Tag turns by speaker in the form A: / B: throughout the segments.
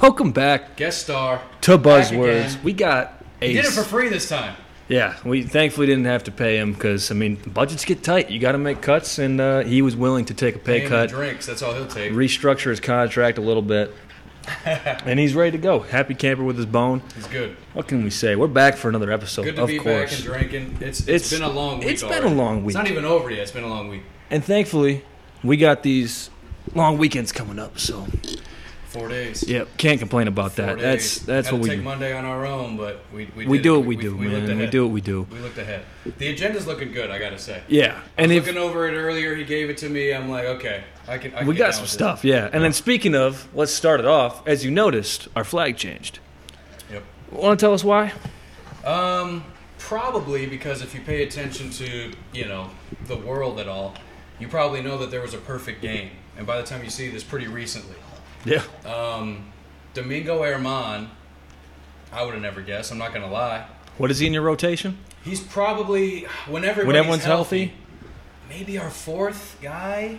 A: Welcome back
B: Guest star.
A: to
B: Back
A: Buzzwords.
B: again.
A: we got Ace.
B: He did it for free this time.
A: yeah, we thankfully didn't have to pay him because I mean budgets get tight. You got to make cuts, and uh, he was willing to take a pay
B: Pay him in
A: cut,
B: Drinks. That's all he'll take.
A: restructure his contract a little bit, and he's ready to go. Happy camper with his bone.
B: He's good.
A: What can we say? We're back for another episode,
B: Good to
A: of
B: be back and
A: course,
B: drinking. It's,
A: It's-
B: it's been a long week.
A: it's been a
B: already.
A: long
B: It's
A: week.
B: not even over yet. It's been a long week.
A: and thankfully we got these long weekends coming up. So
B: Four days.
A: yeah, can't complain about
B: Four
A: that.
B: days.
A: That's that's
B: Had
A: what
B: to
A: we
B: take Monday on our own, but we we,
A: we
B: did
A: do
B: it.
A: what we, do,
B: looked
A: man. We
B: ahead.
A: do what we do.
B: We looked ahead. The agenda's looking good. I gotta say.
A: Yeah, and if
B: looking over it earlier, he gave it to me. I'm like, okay, I can. I can
A: We
B: get
A: got
B: down
A: some
B: with
A: stuff, yeah. And then speaking of, let's start it off. As you noticed, our flag changed.
B: it. Yep.
A: Want to tell us why?
B: Um, probably because if you pay attention to you know the world at all, you probably know that there was a perfect game. And by the time you see this, pretty recently,
A: Yeah.
B: um, Domingo Herman, I would have never guessed. I'm not gonna lie.
A: What is he in your rotation?
B: He's probably when everyone's,
A: When everyone's
B: healthy,
A: healthy?
B: maybe our fourth guy,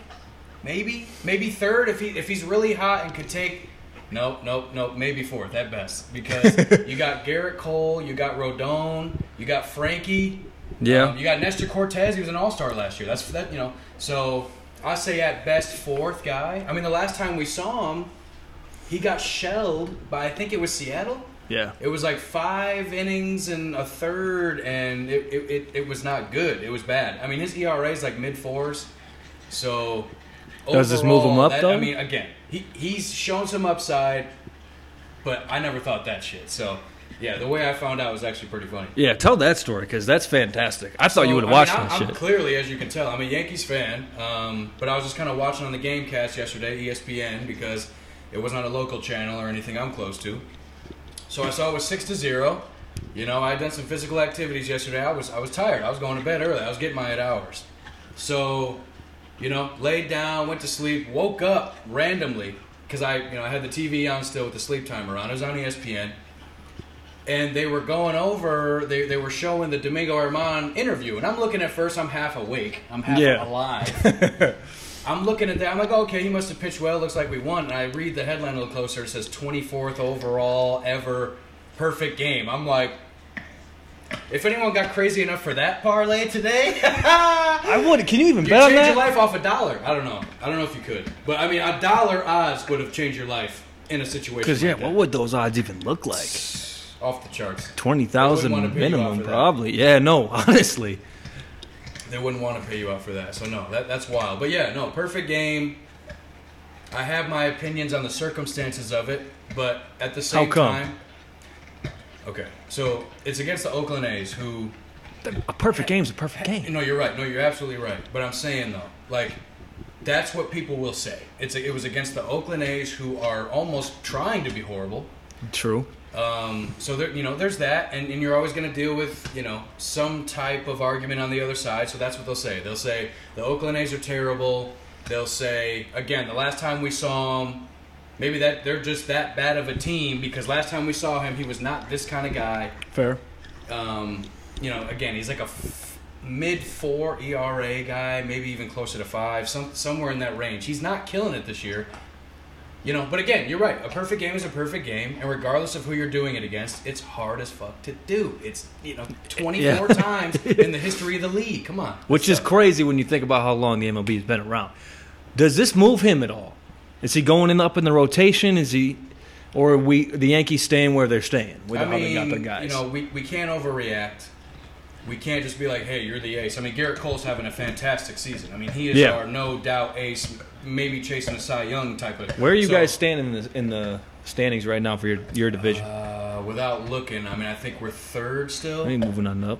B: maybe maybe third if he if he's really hot and could take. Nope, nope, nope. Maybe fourth at best because you got Garrett Cole, you got Rodon, you got Frankie.
A: Yeah.
B: Um, you got Nestor Cortez. He was an All Star last year. That's that you know. So I say at best fourth guy. I mean, the last time we saw him, he got shelled by I think it was Seattle.
A: Yeah.
B: It was like five innings and a third, and it, it, it, it was not good. It was bad. I mean, his ERA is like mid fours. So,
A: Does this move him
B: overall,
A: up,
B: that-
A: though?
B: I mean, again, he, he's shown some upside, but I never thought that shit. So, yeah, the way I found out was actually pretty funny.
A: Yeah, tell that story because that's fantastic. I thought you
B: So,
A: would have
B: I mean,
A: watched
B: I'm-
A: that
B: I'm
A: shit.
B: Clearly, as you can tell, I'm a Yankees fan, um, but I was just kind of watching on the GameCast yesterday, E ESPN, because it wasn't on a local channel or anything I'm close to. So I saw it was six to zero. You know, I had done some physical activities yesterday. I was I was tired. I was going to bed early. I was getting my eight hours. So, you know, laid down, went to sleep, woke up randomly because I you know I had the TV on still with the sleep timer on. It was on E ESPN and they were going over they, they were showing the domingo herman interview and i'm looking at first i'm half awake i'm half
A: Yeah.
B: alive i'm looking at that i'm like okay he must have pitched well looks like we won and i read the headline a little closer it says 24th overall ever perfect game i'm like if anyone got crazy enough for that parlay today
A: I would. Can you even
B: you
A: bet on
B: change your
A: that?
B: life off a dollar i don't know i don't know if you could but i mean a dollar odds would have changed your life in a situation
A: Because yeah,
B: like
A: what
B: that.
A: would those odds even look like?
B: off the charts
A: Twenty
B: They wouldn't
A: thousand
B: wanna pay you off
A: minimum,
B: for that.
A: probably. Yeah, no, honestly.
B: They wouldn't want to pay you out for that. So no, that, that's wild. But yeah, no, perfect game. I have my opinions on the circumstances of it, but at the same
A: come?
B: time, okay. So it's against the Oakland A's, who
A: A perfect game's a perfect game.
B: no, you're right. No, you're absolutely right. But I'm saying though, like that's what people will say. It's it was against the Oakland A's, who are almost trying to be horrible.
A: True.
B: Um, so there, you know, there's that, and, and you're always going to deal with you know some type of argument on the other side. So that's what they'll say. They'll say the Oakland A's are terrible. They'll say again, the last time we saw him, maybe that they're just that bad of a team because last time we saw him, he was not this kind of guy.
A: Fair.
B: Um, you know, again, he's like a f- mid four ERA guy, maybe even closer to five, some somewhere in that range. He's not killing it this year. You know, but again, you're right. A perfect game is a perfect game, and regardless of who you're doing it against, it's hard as fuck to do. It's you know, 24
A: Eh, Yeah.
B: times in the history of the league. Come on,
A: Which is crazy when you think about how long the MLB has been around. Does this move him at all? Is he going in up in the rotation? Is he, or are we the Yankees staying where they're staying with
B: I
A: how they
B: mean,
A: got their guys?
B: you know, we, we can't overreact. We can't just be like, hey, you're the ace. I mean, Garrett Cole's having a fantastic season. I mean, he is
A: Yeah.
B: our no doubt ace, maybe chasing a Cy Young type of.
A: Where are you
B: So,
A: guys standing in the, in the standings right now for your your division?
B: Uh, without looking, I mean, I think we're third still.
A: I mean, moving on up.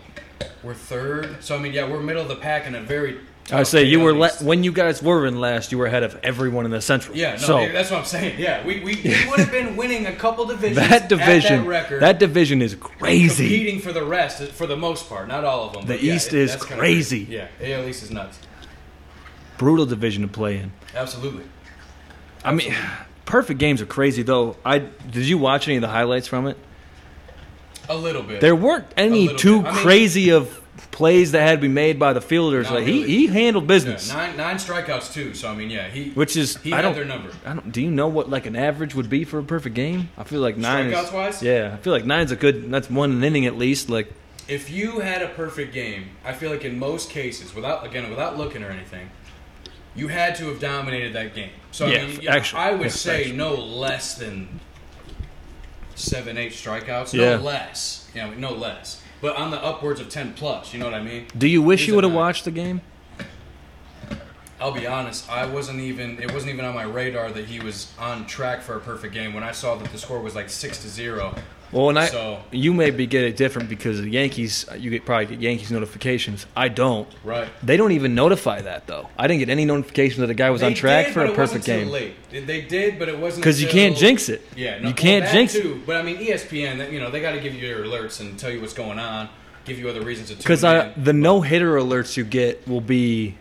B: we're third. So I mean, yeah, we're middle of the pack in a very.
A: I
B: tough
A: say you
B: AL
A: were la-
B: East.
A: when you guys were in last, you were ahead of everyone in the Central.
B: Yeah, no,
A: so
B: that's what I'm saying. Yeah, we, we, we would have been winning a couple divisions.
A: that division,
B: at that record,
A: division is crazy.
B: competing for the rest for the most part, not all of them.
A: The
B: but yeah,
A: East
B: it-
A: is
B: that's kinda
A: crazy.
B: Yeah, AL East is nuts.
A: Brutal division to play in.
B: Absolutely.
A: I mean, perfect games are crazy though. I did you watch any of the highlights from it?
B: A little bit.
A: There weren't any
B: little
A: too
B: bit. I mean-
A: crazy of plays that had to be made by the fielders.
B: Not
A: like
B: really.
A: he, he handled
B: Yeah,
A: business,
B: nine nine strikeouts too. So I mean, yeah, he
A: which is
B: he
A: I
B: had
A: don't
B: their number.
A: I don't. Do you know what like an average would be for a perfect game? I feel like nine is.
B: Strikeouts-wise?
A: Yeah, I feel like nine's a good. That's one inning at least. Like
B: If you had a perfect game, I feel like in most cases, without again without looking or anything, you had to have dominated that game. So
A: Yeah,
B: I mean,
A: f-
B: you-
A: actually,
B: I would
A: yeah,
B: say
A: actually.
B: no less than seven, eight strikeouts.
A: Yeah.
B: No less. You know, no less. But on the upwards of ten plus. You know what I mean?
A: Do you wish
B: He's
A: you
B: a
A: would have
B: nine.
A: watched the game?
B: I'll be honest. I wasn't even. It wasn't even on my radar that he was on track for a perfect game when I saw that the score was like six to zero.
A: Well, and I,
B: So-
A: you maybe get it different because the Yankees, you get probably get Yankees notifications. I don't.
B: Right.
A: They don't even notify that though. I didn't get any notification that the guy was on
B: They
A: track
B: did,
A: for
B: but
A: a
B: it
A: perfect
B: wasn't till
A: game.
B: Late. They- They did, but it wasn't
A: 'Cause you can't
B: until-
A: jinx it.
B: Yeah,
A: You can't
B: that
A: jinx it.
B: too, But I mean, E ESPN, that- you know, they got to give you your alerts and tell you what's going on, give you other reasons to tune
A: Because I,
B: in.
A: the no hitter alerts you get will be,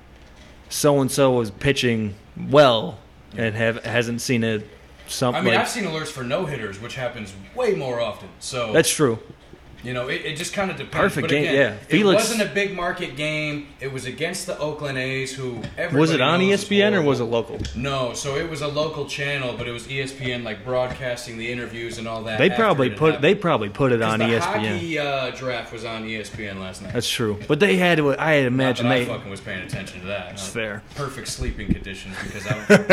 A: so and so is pitching well and have hasn't seen a
B: I
A: something.
B: mean,
A: like-
B: I've seen alerts for no hitters, which happens way more often. So
A: that's true.
B: you know, it, it just kind of depends.
A: Perfect
B: but
A: game,
B: again,
A: yeah. Felix-
B: it wasn't a big market game. It was against the Oakland A's, who everybody
A: Was it on E
B: knows is
A: ESPN or
B: horrible.
A: was it local?
B: No, so it was a local channel, but it was E ESPN like broadcasting the interviews and all that.
A: They
B: after
A: probably
B: it had
A: put they
B: happened.
A: probably put it
B: 'Cause
A: on E
B: the
A: ESPN.
B: Hockey uh, draft was on ESPN last night.
A: That's true. But they had to. I had
B: Not that
A: imagined
B: I
A: they.
B: fucking was paying attention to that. That's
A: fair.
B: Perfect sleeping conditions because I'm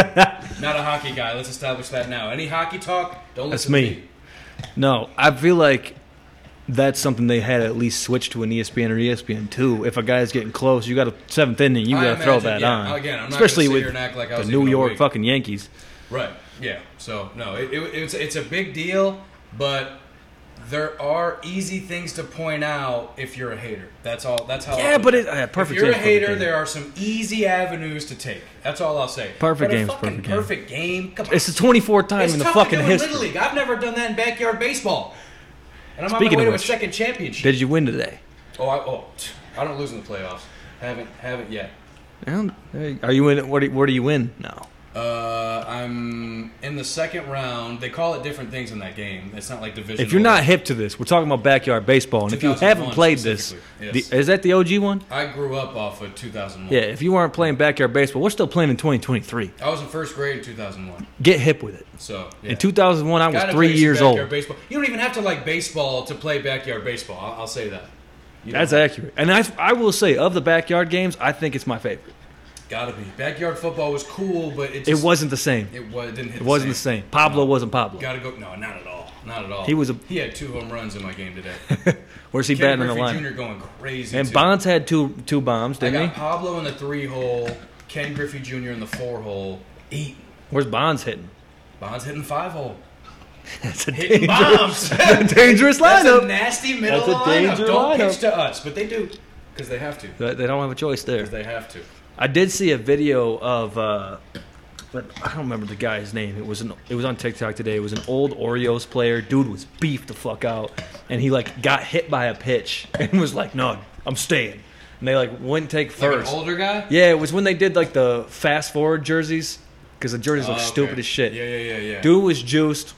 B: not a hockey guy. Let's establish that now. Any hockey talk? Don't
A: That's
B: listen to
A: me. No, I feel like that's something they had to at least switch to an E ESPN or ESPN two. If a guy's getting close, you got a seventh inning, you
B: I
A: got to throw
B: imagine,
A: that
B: yeah.
A: on.
B: Again, I'm not gonna
A: especially
B: sit
A: with
B: here and act like I
A: the
B: was
A: New
B: even
A: York
B: awake.
A: fucking Yankees.
B: Right. Yeah. So no, it, it, it's it's a big deal, but there are easy things to point out if you're a hater. That's all. That's how. I'll
A: Yeah,
B: put
A: but it- uh, perfect
B: Oh, If you're a
A: game's perfect
B: hater,
A: game.
B: there are some easy avenues to take. That's all I'll say.
A: Perfect
B: But a
A: game's
B: fucking
A: perfect game.
B: Perfect game. Come on.
A: It's the 24th time
B: It's
A: in the
B: tough
A: fucking
B: to do in
A: history.
B: Little League. I've never done that in backyard baseball. And I'm
A: Speaking
B: on my way
A: of which-
B: to a second championship.
A: Did you win today?
B: oh, I, oh, tch, I don't lose in the playoffs. Haven't haven't yet.
A: Well, hey, Are you in? Where do, where do you win? No.
B: Uh, I'm in the second round. They call it different things in that game. It's not like division.
A: If you're not hip to this, we're talking about backyard baseball, and if you
B: 2001
A: haven't played this,
B: specifically, yes.
A: the, is that the OG one?
B: I grew up off of 2001.
A: Yeah. If you aren't playing backyard baseball, we're still playing in 2023.
B: I was in first grade in 2001.
A: Get hip with it.
B: So yeah.
A: In 2001, I was
B: Gotta play
A: three
B: some
A: years
B: backyard
A: old.
B: Baseball. You don't even have to like baseball to play backyard baseball. I'll, I'll say that. You
A: That's
B: know,
A: accurate. And I, I will say, of the backyard games, I think it's my favorite.
B: gotta be. Backyard football was cool, but it
A: It
B: just,
A: wasn't the same.
B: It was. It didn't hit.
A: It wasn't the same. Pablo wasn't Pablo.
B: Gotta go. No, not at all. Not at all.
A: He was a-
B: He had two home runs in my game today.
A: Where's he
B: Ken
A: batting in the
B: Griffey
A: line?
B: Jr. going crazy.
A: And
B: too.
A: Bonds had two two bombs,
B: I
A: didn't
B: got
A: he?
B: Pablo in the three hole. Ken Griffey Jr. in the four hole. Eight.
A: Where's Bonds hitting?
B: Bonds hitting five hole.
A: That's a
B: Hitting
A: dangerous,
B: bombs.
A: dangerous
B: That's a
A: lineup.
B: nasty middle
A: That's a
B: lineup.
A: danger
B: Don't
A: lineup.
B: pitch to us, but they do because they have to.
A: They they don't have a choice there.
B: They have to.
A: I did see a video of, uh, but I don't remember the guy's name. It was an, it was on TikTok today. It was an old Orioles player. Dude was beefed the fuck out, and he like got hit by a pitch and was like, "No, I'm staying." And they like wouldn't take
B: Like an
A: first.
B: older guy.
A: Yeah, it was when they did like the fast forward jerseys because the jerseys
B: Oh,
A: look
B: okay.
A: stupid as shit.
B: Yeah, yeah, yeah, yeah.
A: Dude was juiced,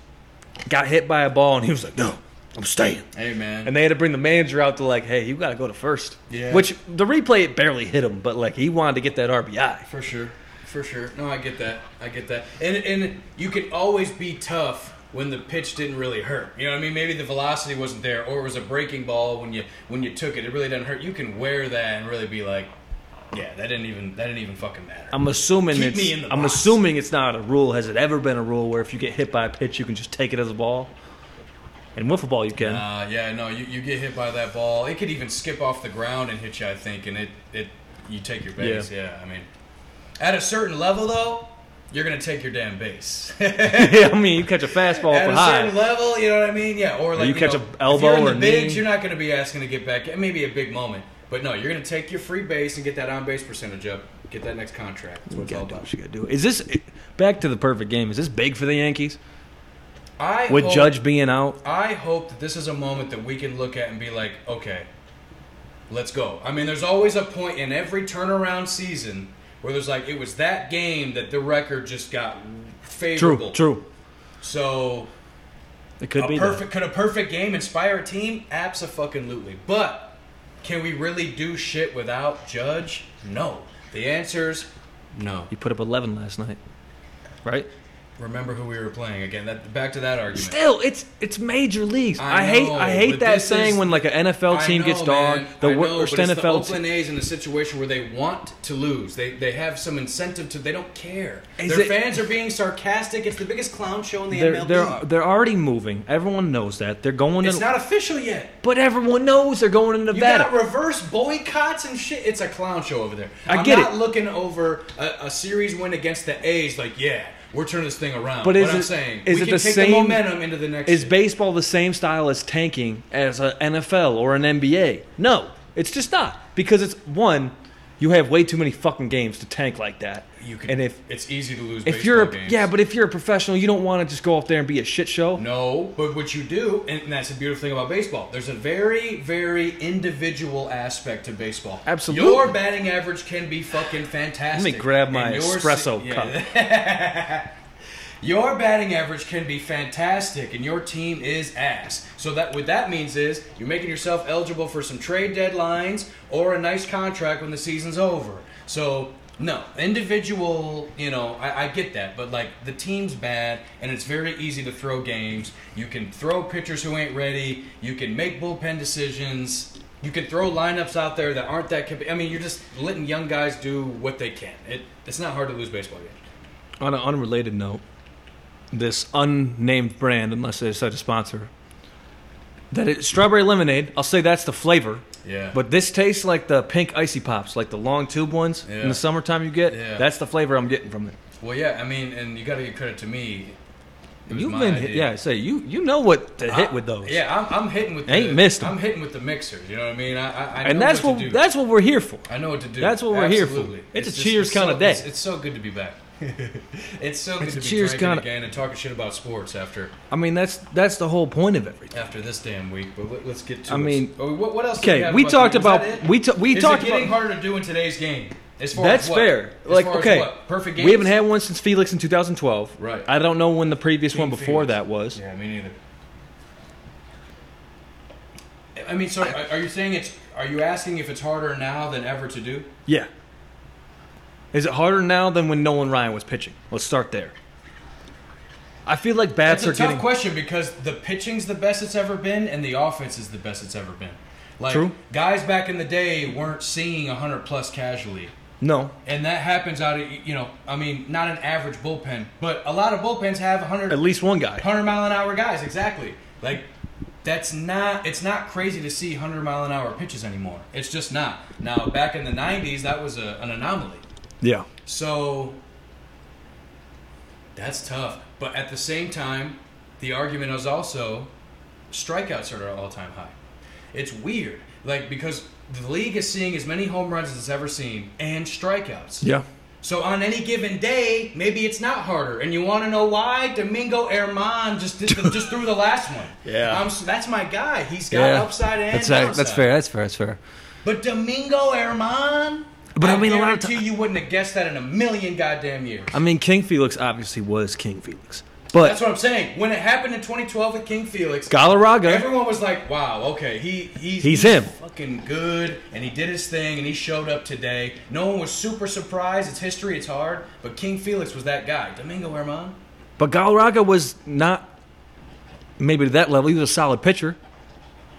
A: got hit by a ball, and he was like, "No, I'm staying."
B: Hey man.
A: And they had to bring the manager out to like, "Hey, you gotta go to first.
B: Yeah.
A: Which the replay it barely hit him, but like he wanted to get that RBI.
B: For sure, for sure. No, I get that. I get that. And and you can always be tough when the pitch didn't really hurt. You know what I mean? Maybe the velocity wasn't there, or it was a breaking ball when you when you took it. It really doesn't hurt. You can wear that and really be like, yeah, that didn't even that didn't even fucking matter.
A: I'm assuming
B: Keep
A: it's.
B: me in the
A: I'm
B: box.
A: assuming it's not a rule. Has it ever been a rule where if you get hit by a pitch, you can just take it as a ball? In wiffle ball, you can.
B: Uh, yeah, no, you, you get hit by that ball. It could even skip off the ground and hit you, I think, and it, it you take your base. Yeah. I mean, at a certain level though, you're gonna take your damn base. at
A: yeah, I mean, you catch a fastball
B: a
A: for high.
B: certain level, you know what I mean? Yeah, or like
A: you catch
B: know,
A: a elbow
B: if you're in
A: or
B: the bigs,
A: knee.
B: you're not gonna be asking to get back. Maybe a big moment, but no, you're gonna take your free base and get that on base percentage up. Get that next contract. That's what
A: You
B: it's all
A: gotta do
B: about.
A: what you gotta do. Is this back to the perfect game? Is this big for the Yankees
B: I
A: with
B: hope-
A: Judge being out?
B: I hope that this is a moment that we can look at and be like, okay, let's go. I mean, there's always a point in every turnaround season where there's like, it was that game that the record just got favorable.
A: True, true.
B: So,
A: It could
B: a
A: be
B: perfect could a perfect game inspire a team? Absolutely. But Can we really do shit without Judge? No. The answer's no.
A: You put up 11 last night, right?
B: Remember who we were playing again. That back to that argument.
A: Still, it's it's major leagues.
B: I
A: I, hate
B: know,
A: I hate
B: but
A: that
B: this
A: saying
B: is-
A: when like an NFL
B: I
A: team
B: know,
A: gets dogged.
B: man. I
A: The
B: know,
A: worst
B: but it's the
A: NFL team.
B: Oakland A's in a situation where they want to lose. They they have some incentive to. They don't care.
A: Is
B: Their
A: it-
B: fans are being sarcastic. It's the biggest clown show in the
A: They're,
B: MLB.
A: they're they're already moving. Everyone knows that they're going
B: it's
A: to,
B: not official yet.
A: but everyone knows they're going to
B: You
A: Nevada.
B: got reverse boycotts and shit. It's a clown show over there.
A: I
B: am
A: get
B: not
A: it.
B: looking over a, a series win against the A's like, yeah, we're turning this thing around.
A: But is
B: what I'm
A: it-
B: saying
A: is
B: we
A: it
B: can
A: the
B: take
A: same-
B: the momentum into the next.
A: Is
B: shit.
A: baseball the same style as tanking as an NFL or an NBA? No, it's just not because it's one. You have way too many fucking games to tank like that.
B: you can,
A: and if
B: it's easy to lose.
A: if you're a,
B: baseball games.
A: yeah, but if you're a professional, you don't want to just go out there and be a shit show.
B: No, but what you do, and that's the beautiful thing about baseball. There's a very, very individual aspect to baseball.
A: Absolutely.
B: your batting average can be fucking fantastic.
A: Let me grab
B: And
A: my
B: your
A: espresso
B: si-
A: cup.
B: Your batting average can be fantastic, and your team is ass. So that what that means is you're making yourself eligible for some trade deadlines or a nice contract when the season's over. So no, individual, you know, I, I get that, but like the team's bad, and it's very easy to throw games. You can throw pitchers who ain't ready. You can make bullpen decisions. You can throw lineups out there that aren't that. cap- I mean, you're just letting young guys do what they can. It, it's not hard to lose baseball games.
A: On an unrelated note, this unnamed brand, unless they decide to sponsor, that is strawberry lemonade. I'll say that's the flavor.
B: Yeah.
A: But this tastes like the pink icy pops, like the long tube ones
B: Yeah.
A: in the summertime you get.
B: Yeah.
A: That's the flavor I'm getting from it.
B: Well, yeah, I mean, and you got to give credit to me. It was
A: You've
B: my
A: been
B: idea.
A: hit, yeah. Say you you know what to hit with those.
B: Yeah, I'm, I'm hitting with. The,
A: Ain't missed 'em.
B: I'm hitting with the mixers. You know what I mean? I, I, I
A: and
B: know
A: that's
B: what,
A: what,
B: to do.
A: that's what we're here for.
B: I know what to do.
A: that's what we're here for.
B: Absolutely.
A: It's a
B: just-
A: cheers
B: so-
A: kinda day.
B: It's, it's so good to be back. it's so good
A: It's
B: to
A: a
B: be
A: cheers
B: drinking
A: kinda-
B: again and talking shit about sports after
A: I mean that's that's the whole point of everything.
B: after this damn week. But let, us get to.
A: I
B: it.
A: mean,
B: Oh, what, what else? do
A: Okay,
B: have
A: we
B: the
A: talked
B: Buccaneers?
A: about
B: Is that it?
A: we t- we
B: Is
A: talked
B: it getting
A: about
B: harder to do in today's game. As far
A: that's
B: as what?
A: fair.
B: As
A: Like
B: far as
A: okay,
B: what? perfect.
A: We
B: games?
A: haven't had one since Felix in 2012.
B: Right.
A: I don't know when the previous
B: Team
A: one before
B: Felix.
A: that was.
B: Yeah, me neither. I mean, so are- are you saying it's? Are you asking if it's harder now than ever to do?
A: Yeah. Is it harder now than when Nolan Ryan was pitching? Let's start there. I feel like bats
B: That's a
A: are
B: tough
A: getting
B: question because the pitching's the best it's ever been, and the offense is the best it's ever been. Like
A: True.
B: guys back in the day weren't seeing 100 plus casually,
A: no.
B: and that happens out of you know, I mean, not an average bullpen, but a lot of bullpens have 100
A: At least one guy.
B: hundred mile an hour guys. Exactly. Like that's not. It's not crazy to see hundred mile an hour pitches anymore. It's just not. Now back in the '90s, that was a, an anomaly.
A: Yeah.
B: So that's tough. But at the same time, the argument is also strikeouts are at an all-time high. It's weird, like because the league is seeing as many home runs as it's ever seen and strikeouts.
A: Yeah.
B: So on any given day, maybe it's not harder. And you want to know why? Domingo Herman just did the, just threw the last one.
A: Yeah.
B: I'm s- that's my guy. He's got upside and
A: that's,
B: downside.
A: that's fair. That's fair. That's fair.
B: But Domingo Herman.
A: But I mean, a lot of
B: guarantee
A: ti-
B: you wouldn't have guessed that in a million goddamn years.
A: I mean, King Felix obviously was King Felix, but
B: That's what I'm saying. When it happened in 2012 with King Felix,
A: Galarraga.
B: everyone was like, "Wow, okay, he he's,
A: He's him."
B: fucking good, and he did his thing, and he showed up today." No one was super surprised. It's history. It's hard, but King Felix was that guy. Domingo Herman.
A: But Galarraga was not maybe to that level. He was a solid pitcher.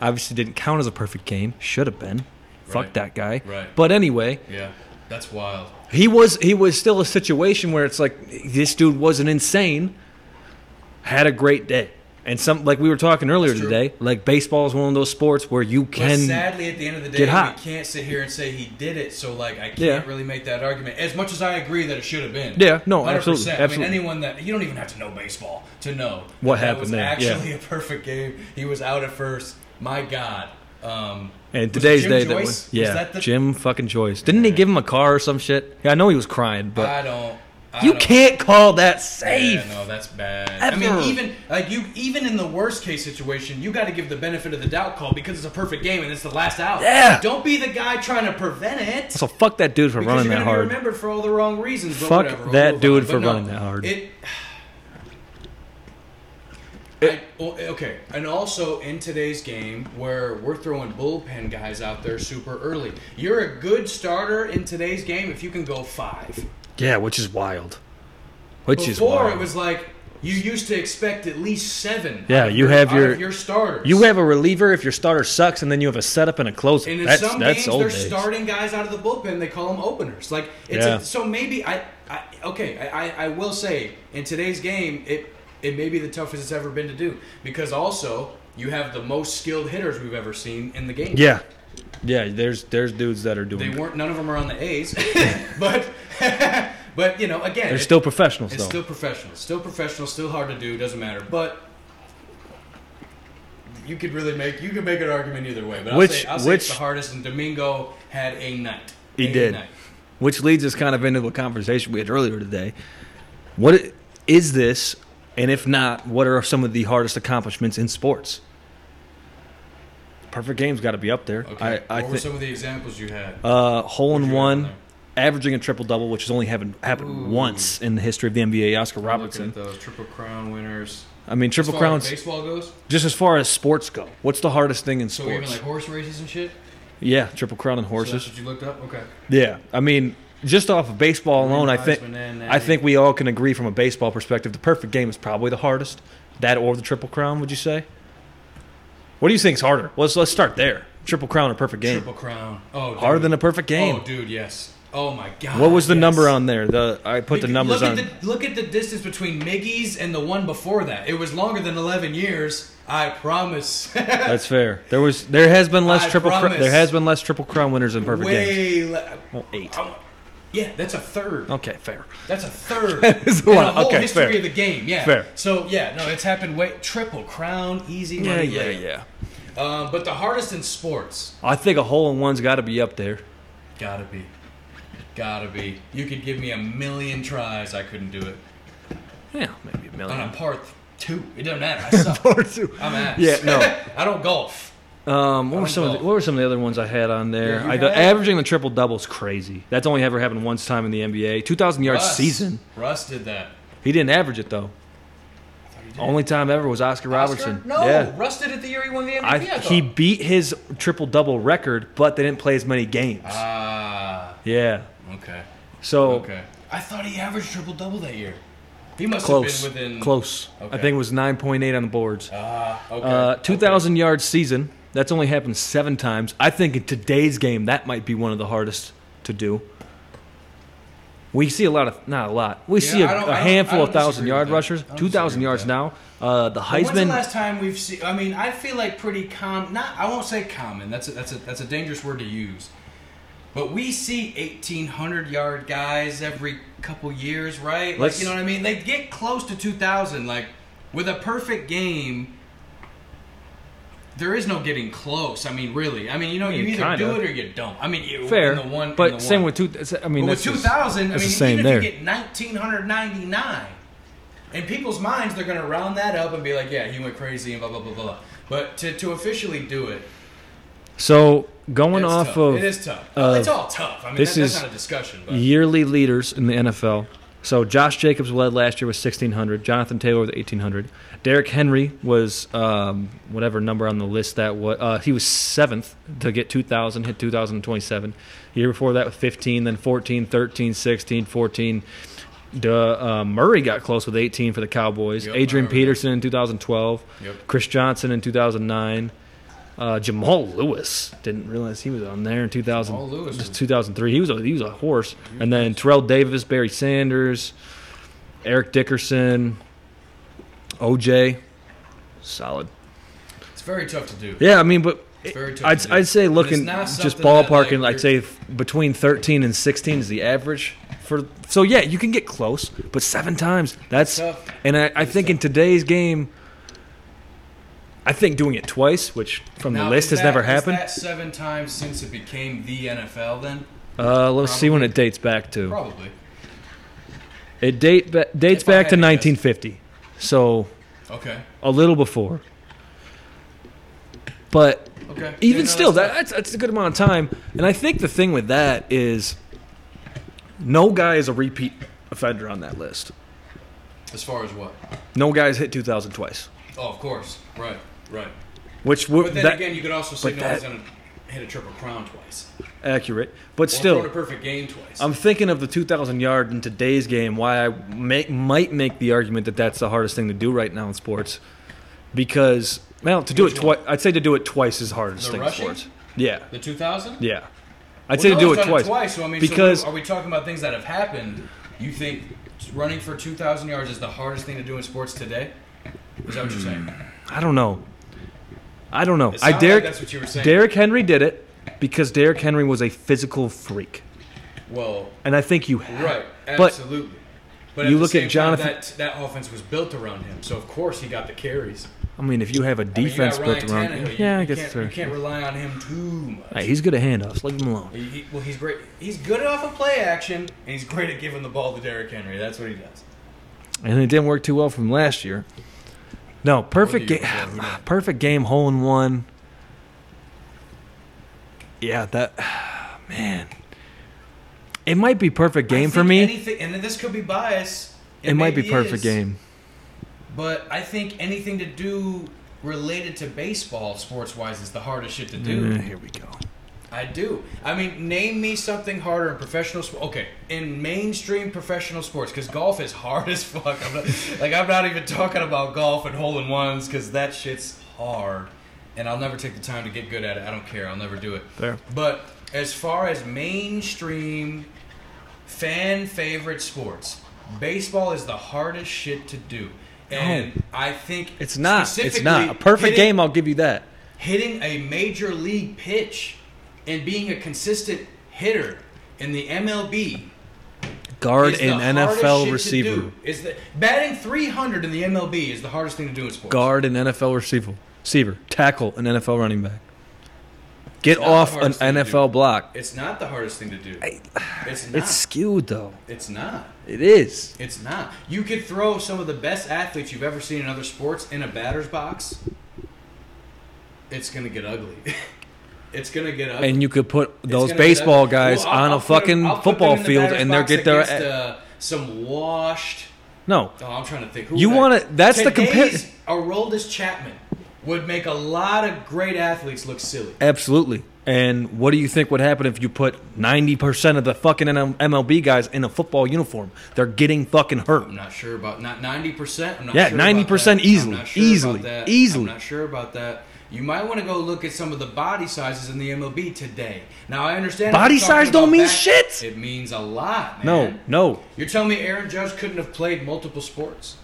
A: Obviously, didn't count as a perfect game. Should have been. Fuck
B: Right.
A: that guy.
B: Right.
A: But anyway,
B: Yeah, that's wild.
A: he was he was still a situation where it's like this dude wasn't insane. Had a great day, and some like we were talking earlier
B: That's true.
A: today. Like baseball is one of those sports where you
B: But
A: can.
B: sadly, at the end of the day,
A: get hot.
B: we can't sit here and say he did it. So like, I can't
A: Yeah.
B: really make that argument. As much as I agree that it should have been.
A: Yeah, no, absolutely,
B: 100%.
A: absolutely.
B: I mean, anyone that you don't even have to know baseball to know
A: What
B: that that
A: happened
B: was
A: there, yeah.
B: Actually, a perfect game. He was out at first. My God. Um,
A: And
B: was it
A: today's
B: Jim
A: day, that
B: Joyce?
A: was, yeah,
B: was that the,
A: Jim fucking Joyce. Didn't he give him a car or some shit? Yeah, I know he was crying, but
B: I don't. I
A: you
B: don't-
A: can't call that safe.
B: Yeah, no, that's bad. I
A: Ever.
B: mean, even like you, even in the worst case situation, you got to give the benefit of the doubt call because it's a perfect game and it's the last out.
A: Yeah.
B: Don't be the guy trying to prevent it.
A: So fuck that dude for
B: Because
A: running
B: you're
A: that
B: gonna
A: hard.
B: Be remembered for all the wrong reasons. But
A: Fuck
B: whatever, we'll
A: that
B: move
A: dude
B: on.
A: for
B: But no,
A: running that hard.
B: It, I, well, eh, okay, and also in today's game where we're throwing bullpen guys out there super early, you're a good starter in today's game if you can go five.
A: Yeah, which is wild. Which is
B: Before
A: wild.
B: it was like you used to expect at least seven.
A: Yeah,
B: out of
A: you have
B: out
A: your-
B: of your starters.
A: you have a reliever if your starter sucks, and then you have a setup and a closer.
B: And in
A: that's
B: some
A: that's
B: games,
A: old
B: they're
A: days.
B: starting guys out of the bullpen. They call them openers. Like it's
A: Yeah.
B: a, so maybe I, I okay. I, I- I will say in today's game, it it may be the toughest it's ever been to do because also you have the most skilled hitters we've ever seen in the game.
A: yeah, yeah. There's there's dudes that are doing.
B: they
A: it.
B: weren't. None of them are on the A's, but but you know again,
A: They're
B: it's,
A: still professionals
B: it's
A: though.
B: still professional, still professional, still hard to do. Doesn't matter, but. You could really make you could make an argument either way, but
A: Which-
B: I'll say, I'll say
A: which-
B: it's the hardest. And Domingo had a night.
A: He
B: A
A: did.
B: night.
A: Which leads us kind of into a conversation we had earlier today. What i- is this, and if not, what are some of the hardest accomplishments in sports? Perfect game's got to be up there.
B: Okay.
A: I, I
B: what were
A: think
B: some of the examples you had?
A: uh, hole
B: What'd
A: in
B: you have in
A: one,
B: there?
A: averaging a triple double, which has only happened happened
B: Ooh.
A: once in the history of the NBA. Oscar Robertson.
B: Looking at those triple crown winners.
A: I mean, triple
B: As far
A: crowns.
B: as baseball goes.
A: Just as far as sports go, what's the hardest thing in
B: So
A: sports?
B: even like horse races and shit.
A: yeah, triple crown and
B: So that's
A: horses.
B: what you looked up. Okay.
A: yeah, I mean, just off of baseball alone, I think
B: Heisman and
A: I think we all can agree from a baseball perspective, the perfect game is probably the hardest. That or the triple crown, would you say? What do you think is harder? Let's let's start there. Triple crown or perfect game?
B: triple crown. Oh, dude.
A: Harder than a perfect game.
B: Oh, dude, yes. Oh my god.
A: what was the
B: yes.
A: number on there? The I put the
B: Look-
A: numbers
B: look
A: on.
B: At the, look at the distance between Miggy's and the one before that. It was longer than 11 years. I promise.
A: That's fair. There was there has been less
B: I
A: triple cr-
B: promise.
A: there has been less triple crown winners in perfect games.
B: Way. Le-
A: Well, eight.
B: Oh, yeah, that's a third.
A: Okay, fair.
B: That's a third
A: is a
B: in
A: lot.
B: the whole
A: Okay,
B: history
A: fair.
B: of the game. Yeah.
A: Fair.
B: So yeah, no, it's happened. Way triple crown, easy
A: Yeah,
B: money.
A: yeah,
B: layup.
A: yeah.
B: Um, but the hardest in sports,
A: I think a hole in one's got to be up there.
B: gotta be, gotta be. You could give me a million tries, I couldn't do it.
A: Yeah, maybe a
B: On a
A: million.
B: par th- two, it doesn't matter. I suck.
A: Or two.
B: I'm ass.
A: Yeah, no.
B: I don't golf.
A: Um, what were
B: don't
A: some? Of the,
B: know.
A: what were some of the other ones I had on there?
B: Yeah, you
A: I, the,
B: had-
A: averaging the triple double's crazy. That's only ever happened once time in the NBA. Two thousand yards
B: Russ.
A: season.
B: Russ did that.
A: He didn't average it though. Only time ever was Oscar, Robertson.
B: Oscar? No,
A: Yeah.
B: Russ did it the year he won the MVP. I,
A: I,
B: thought.
A: he beat his triple double record, but they didn't play as many games.
B: Ah,
A: yeah.
B: okay,
A: So
B: okay. I thought he averaged triple double that year. He must
A: close.
B: have been within
A: Close. I
B: Okay.
A: think it was nine point eight on the boards.
B: Ah, okay.
A: Uh,
B: okay.
A: Two thousand yard season. That's only happened seven times. I think in today's game that might be one of the hardest to do. We see a lot of not a lot. We see
B: I
A: a,
B: don't-
A: a
B: I don't- I
A: handful
B: don't
A: of thousand
B: disagree
A: yard
B: with that.
A: rushers.
B: I don't
A: Two thousand
B: disagree
A: yards
B: with
A: now. Uh, the
B: When's the
A: Heisman.
B: last time we've seen? I mean, I feel like pretty common. Not, I won't say common. That's a, that's a that's a dangerous word to use. But we see eighteen hundred yard guys every couple years, right? Like,
A: Let's-
B: you know what I mean? They get close to two thousand. Like with a perfect game, there is no getting close. I mean, really. I mean, you know,
A: mean,
B: you either
A: kinda.
B: do it or you don't. I mean, you,
A: fair,
B: in the one, in
A: but
B: the
A: same
B: one.
A: with two. I mean,
B: But
A: that's
B: with
A: just-
B: 2000, I
A: that's
B: mean,
A: the same
B: even
A: there.
B: if you get 1999, in people's minds, they're going to round that up and be like, yeah, he went crazy and blah, blah, blah, blah. But to, to officially do it,
A: so going
B: it's
A: off
B: tough.
A: of
B: it is tough.
A: of-
B: it's all tough. I mean,
A: this
B: that, that's
A: is-
B: not a discussion. But
A: yearly leaders in the NFL. So Josh Jacobs led last year with 1,600. Jonathan Taylor with 1,800. Derrick Henry was um, whatever number on the list that was. Uh, he was seventh to get 2,000, hit 2,027. The year before that with 15, then 14, 13, 16, 14. Duh, uh, Murray got close with 18 for the Cowboys.
B: Yep, I
A: Adrian
B: remember that.
A: Peterson in 2012.
B: Yep.
A: Chris Johnson in 2009. Uh, Jamal Lewis didn't realize he was on there in 2000,
B: Jamal Lewis was-
A: 2003. He was a he was a horse, and then Terrell Davis, Barry Sanders, Eric Dickerson, OJ, solid.
B: it's very tough to do.
A: Yeah, I mean, but
B: It's very tough to
A: I'd,
B: do.
A: I'd say
B: But
A: looking
B: it's not
A: just
B: something that, like,
A: ballparking,
B: you're-
A: I'd say f- between 13 and 16 is the average for. So yeah, you can get close, but seven times that's.
B: tough.
A: And I, I think in today's game, I think doing it twice, which from
B: Now,
A: the list
B: is
A: has
B: that-
A: never
B: is
A: happened.
B: that seven times since it became the NFL then?
A: Uh, let's see when it dates back to.
B: Probably.
A: It date ba- dates
B: If I
A: back to
B: had to guess.
A: 1950, so
B: Okay.
A: a little before. But
B: Okay. Yeah,
A: even
B: no,
A: still,
B: that's
A: that, that's that's a good amount of time. And I think the thing with that is, no guy is a repeat offender on that list.
B: tough. As far as what?
A: No guy's hit 2,000 twice.
B: Oh, of course. Right. Right.
A: which would
B: But then
A: that
B: again, you could also say
A: but
B: no one's
A: that-
B: gonna hit a triple crown twice. Or
A: accurate. But
B: thrown a
A: still,
B: perfect game twice.
A: I'm thinking of the 2,000 yard in today's game. Why I make, might make the argument that that's the hardest thing to do right now in sports, because well, to do it
B: Which one?
A: twice, I'd say to do it twice is hardest
B: The
A: thing
B: rushing?
A: in sports. Yeah,
B: the 2000.
A: yeah. I'd
B: Well,
A: say
B: no,
A: to do
B: it's
A: it
B: done
A: twice,
B: so I mean,
A: because
B: so are we talking about things that have happened? You think running for 2,000 yards is the hardest thing to do in sports today? Is that what you're saying?
A: I don't know. I don't know.
B: It
A: Hmm. I
B: sounded
A: Derek
B: like that's what you were saying.
A: Derrick Henry did it because Derrick Henry was a physical freak,
B: Well,
A: and I think you have.
B: right,
A: But
B: absolutely. But,
A: you
B: the
A: look at
B: same time,
A: Jonathan-
B: that that offense was built around him, so of course he got the carries.
A: I mean, if you have a
B: I mean, you got
A: defense
B: Ryan
A: built around,
B: Tannehill, you-
A: yeah, I
B: you
A: guess
B: can't,
A: so.
B: you can't rely on him too much.
A: Hey, he's good at handoffs. Leave him alone.
B: He- he- well, he's great. He's good off of play action, and he's great at giving the ball to Derrick Henry. That's what he does.
A: and it didn't work too well from last year. No, perfect
B: year
A: game,
B: before, who knows?
A: perfect game, hole in one. Yeah, that man. It might be perfect
B: I
A: game for
B: think
A: me.
B: anything- and this could be bias.
A: it might be
B: maybe
A: perfect
B: is,
A: game.
B: But I think anything to do related to baseball, sports wise, is the hardest shit to do.
A: Eh, here we go.
B: I do. I mean, name me something harder in professional sports. Okay, in mainstream professional sports, because golf is hard as fuck. I'm not, like, I'm not even talking about golf and hole in ones, because that shit's hard. And I'll never take the time to get good at it. I don't care. I'll never do it.
A: Fair.
B: But as far as mainstream fan favorite sports, baseball is the hardest shit to do. And I think
A: It's not. It's
B: specifically
A: not a perfect
B: hitting-
A: game. I'll give you that.
B: hitting a major league pitch and being a consistent hitter in the MLB
A: Guard
B: is
A: and
B: the hardest shit
A: NFL
B: to
A: receiver.
B: do. Is the batting 300 in the MLB is the hardest thing to do in sports.
A: Guard and NFL receiver. Receiver. Tackle an NFL running back. Get
B: not the
A: off an
B: hardest thing to do.
A: NFL block.
B: It's not the hardest thing to do. It's not.
A: It's
B: It's,
A: skewed though.
B: not.
A: It is.
B: It's not. You could throw some of the best athletes you've ever seen in other sports in a batter's box. It's gonna get ugly. it's gonna get ugly.
A: and you could put those
B: It's gonna be
A: baseball
B: that-
A: guys
B: Well, I'll-
A: on
B: I'll
A: a
B: put them-
A: fucking
B: I'll put them
A: football
B: in the
A: field
B: batter's
A: and they'll
B: box
A: get their
B: against, uh, some washed.
A: no.
B: Oh, I'm trying to think. Who
A: You
B: was
A: wanna-
B: that?
A: that's the compare-
B: Today's Aroldis Chapman would make a lot of great athletes look silly.
A: Absolutely. And what do you think would happen if you put 90% of the fucking NM MLB guys in a football uniform? They're getting fucking hurt.
B: I'm not sure about not 90. percent I'm not
A: Yeah,
B: sure about
A: 90%
B: that.
A: easily,
B: I'm not sure about
A: easily,
B: that.
A: easily.
B: I'm not sure about that. You might want to go look at some of the body sizes in the MLB today. Now I understand
A: Body
B: if you're talking
A: size don't
B: about
A: mean
B: back-
A: shit.
B: It means a lot,
A: No,
B: man.
A: no.
B: You're telling me Aaron Judge couldn't have played multiple sports?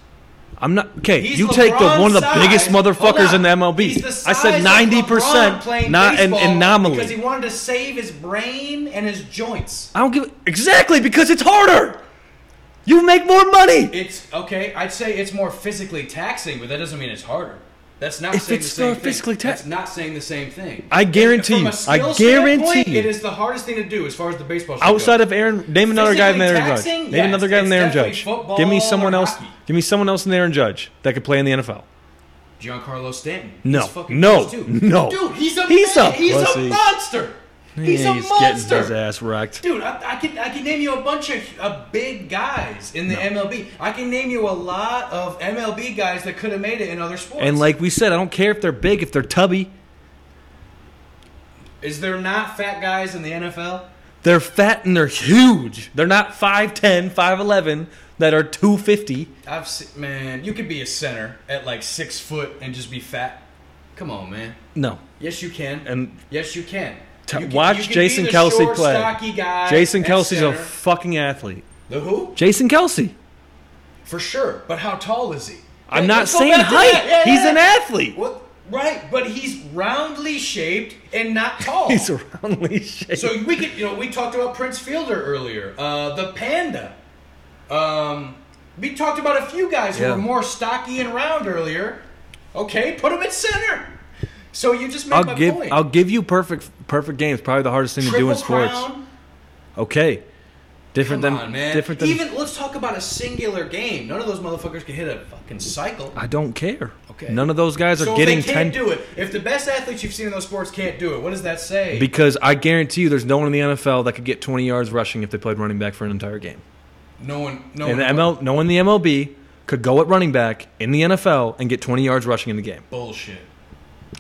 A: I'm not. Okay,
B: He's
A: you take the,
B: LeBron's
A: one of the
B: size-
A: biggest motherfuckers
B: Hold
A: in the
B: on.
A: MLB.
B: He's the
A: I said
B: size of
A: 90%,
B: LeBron playing
A: not an
B: baseball
A: anomaly.
B: Because he wanted to save his brain and his joints.
A: I don't give. Exactly, because it's harder. You make more money.
B: It's okay. I'd say it's more physically taxing, but that doesn't mean it's harder. That's not
A: If
B: saying
A: it's
B: the same
A: more
B: thing.
A: physically ta-
B: That's not saying the same thing.
A: I guarantee
B: From
A: you.
B: a
A: I
B: skill
A: guarantee
B: standpoint,
A: you.
B: It is the hardest thing to do as far as the baseball. shit
A: Outside
B: goes.
A: of Aaron, name another guy than Aaron Judge.
B: taxing?
A: Name
B: Yeah,
A: another guy
B: it's-
A: than Aaron
B: it's definitely
A: Judge.
B: football
A: Give me someone
B: or
A: else.
B: hockey.
A: Give me someone else than Aaron Judge that could play in the NFL.
B: Giancarlo Stanton.
A: No.
B: He's fucking
A: No.
B: close, too.
A: No.
B: Dude, he's a
A: He's
B: he's
A: a
B: a he's
A: pussy.
B: a monster. He's
A: Yeah,
B: a monster.
A: getting his ass wrecked.
B: Dude, I, I can I can name you a bunch of uh, big guys in the MLB. I can name you a lot of MLB guys that could have made it in other sports.
A: And like we said, I don't care if they're big, if they're tubby,
B: is there not fat guys in the NFL?
A: they're fat and they're huge. They're not 5'10", 5'11", that are two fifty.
B: I've se- man, you could be a center at like six foot and just be fat. Come on, man.
A: No.
B: Yes, you can.
A: And-
B: yes, you can.
A: T-
B: You can-
A: watch
B: you can be
A: Jason
B: the
A: Kelsey
B: short,
A: play.
B: Stocky guy
A: Jason
B: at
A: Kelsey's a
B: center.
A: fucking athlete.
B: the who?
A: Jason Kelsey.
B: For sure. But how tall is he?
A: I'm
B: Like,
A: not
B: let's go
A: saying
B: back to
A: height.
B: that. Yeah,
A: He's
B: yeah,
A: an
B: yeah.
A: athlete.
B: What? Right, but he's roundly shaped and not tall.
A: He's a roundly shaped.
B: so we could, you know, we talked about Prince Fielder earlier, uh, the panda. Um, we talked about a few guys who
A: Yeah.
B: were more stocky and round earlier. Okay, put him at center. So you just made
A: I'll
B: my
A: give
B: point.
A: I'll give you perfect perfect games. Probably the hardest thing to do in sports.
B: Crown.
A: Okay. Different
B: Come
A: than
B: on, man.
A: different than
B: Even let's talk about a singular game. None of those motherfuckers can hit a fucking cycle.
A: I don't care.
B: Okay.
A: None of Ah, those guys are
B: so
A: getting
B: if they can't
A: 10
B: do it. If the best athletes you've seen in those sports can't do it, what does that say?
A: because I guarantee you there's no one in the NFL that could get 20 yards rushing if they played running back for an entire game.
B: Oh, no one, no
A: In the
B: one.
A: ML no one in the MLB could go at running back in the NFL and get 20 yards rushing in the game.
B: Bullshit.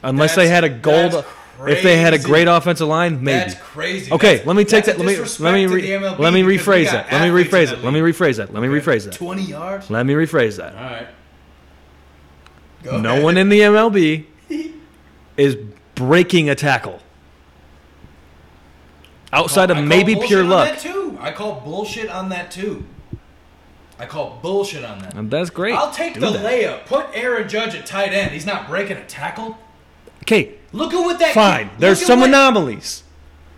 A: Unless they had
B: That's-
A: a gold,
B: that's
A: if they had a
B: crazy.
A: great offensive line, maybe.
B: That's crazy.
A: Okay,
B: That's-
A: let me take
B: that's
A: that.
B: a
A: Let me let
B: disrespect
A: me
B: to
A: re-
B: the MLB
A: let me
B: because we
A: rephrase
B: got
A: that. Let me
B: athletes in
A: rephrase
B: that
A: it. Let me
B: league.
A: rephrase that. Let me rephrase that.
B: Twenty yards.
A: Let me rephrase that.
B: All right.
A: No one in the MLB is breaking a tackle outside of maybe pure luck.
B: too. I call bullshit on that too. I call bullshit on that.
A: And Uh, that's great.
B: I'll take
A: Do
B: the
A: that.
B: layup. Put Aaron Judge at tight end. He's not breaking a tackle.
A: Okay,
B: Look at what that.
A: fine.
B: look
A: There's
B: at
A: some
B: what-
A: anomalies.